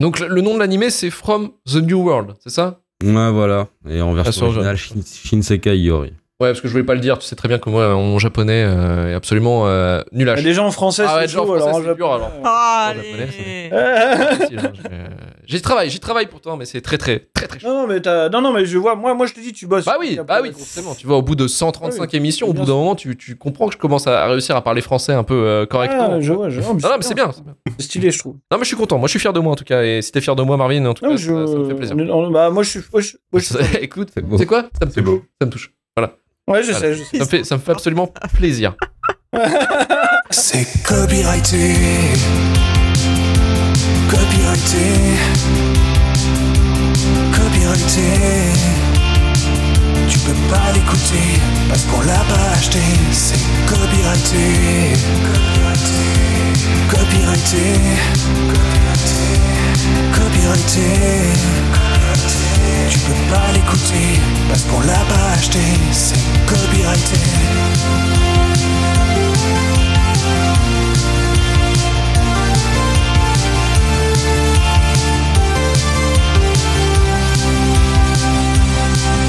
Speaker 1: Donc le, le nom de l'animé, c'est From the New World, c'est ça
Speaker 4: Ouais, Ah, voilà. Et en version
Speaker 1: sur-
Speaker 4: originale, Shin- Shinsekai Yori.
Speaker 1: Ouais, parce que je voulais pas le dire, tu sais très bien que moi, mon japonais euh, est absolument euh, nul à
Speaker 3: Il y a
Speaker 1: chier.
Speaker 3: des gens en français,
Speaker 1: Ah ouais,
Speaker 3: c'est
Speaker 1: déjà en
Speaker 3: chaud,
Speaker 1: français,
Speaker 3: alors, hein, en
Speaker 1: c'est dur,
Speaker 3: japonais,
Speaker 1: alors.
Speaker 2: Ah,
Speaker 1: Bon, japonais, c'est-
Speaker 2: allez.
Speaker 3: euh.
Speaker 1: Facile, hein, je- euh, J'y travaille, j'y travaille pourtant, mais c'est très très très très chaud.
Speaker 3: Non, non, mais t'as- non, non, mais je vois, moi, moi je te dis, tu bosses.
Speaker 1: Bah oui,
Speaker 3: Y a
Speaker 1: bah
Speaker 3: pas- Ah
Speaker 1: oui, forcément. Tu vois, au bout de 135 émissions, au
Speaker 3: Bien
Speaker 1: bout d'un
Speaker 3: sûr.
Speaker 1: moment, tu, tu comprends que je commence à réussir à parler français un peu euh, correctement.
Speaker 3: Ah, je vois, je vois.
Speaker 1: non, non, mais c'est bien. c'est bien.
Speaker 3: C'est stylé, je trouve.
Speaker 1: Non, mais je suis content. Moi, je suis fier de moi en tout cas. Et si t'es fier de moi, Marvin, en tout
Speaker 3: Non,
Speaker 1: cas,
Speaker 3: je-
Speaker 1: ça, ça me fait plaisir.
Speaker 3: on est- on- bah, moi, je suis. moi, je- moi, je suis-
Speaker 1: Écoute,
Speaker 4: C'est beau.
Speaker 1: c'est quoi Ça me
Speaker 5: C'est
Speaker 1: touche.
Speaker 5: beau.
Speaker 1: Ça me touche. Voilà.
Speaker 3: Ouais, je
Speaker 1: Voilà.
Speaker 3: sais, je sais.
Speaker 1: Ça me fait, ça me fait absolument plaisir.
Speaker 7: C'est copyrighté. Copyrighté. Copyrighté. Tu peux pas l'écouter parce qu'on l'a pas acheté. C'est copyrighté. Copyrighté. Copyrighté. Copyrighté. Copyrighté. Tu peux pas l'écouter parce qu'on l'a pas acheté. C'est copyrighté.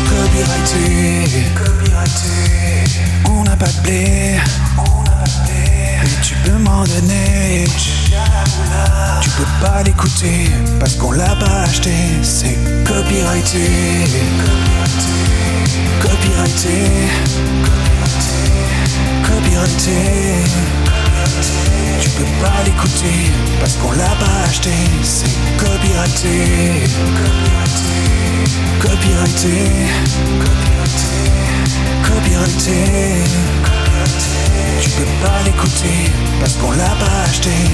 Speaker 7: Copyrighté, copyrighté. On n'a pas de blé, on n'a pas de blé. Et tu peux Damage. Tu peux pas l'écouter parce qu'on l'a pas acheté. C'est copyrighté. Copyrighté. Copyrighté. Tu peux pas l'écouter parce qu'on l'a pas acheté. C'est copyrighté. Copyrighté. Copyrighté. Tu peux pas l'écouter parce qu'on l'a pas acheté.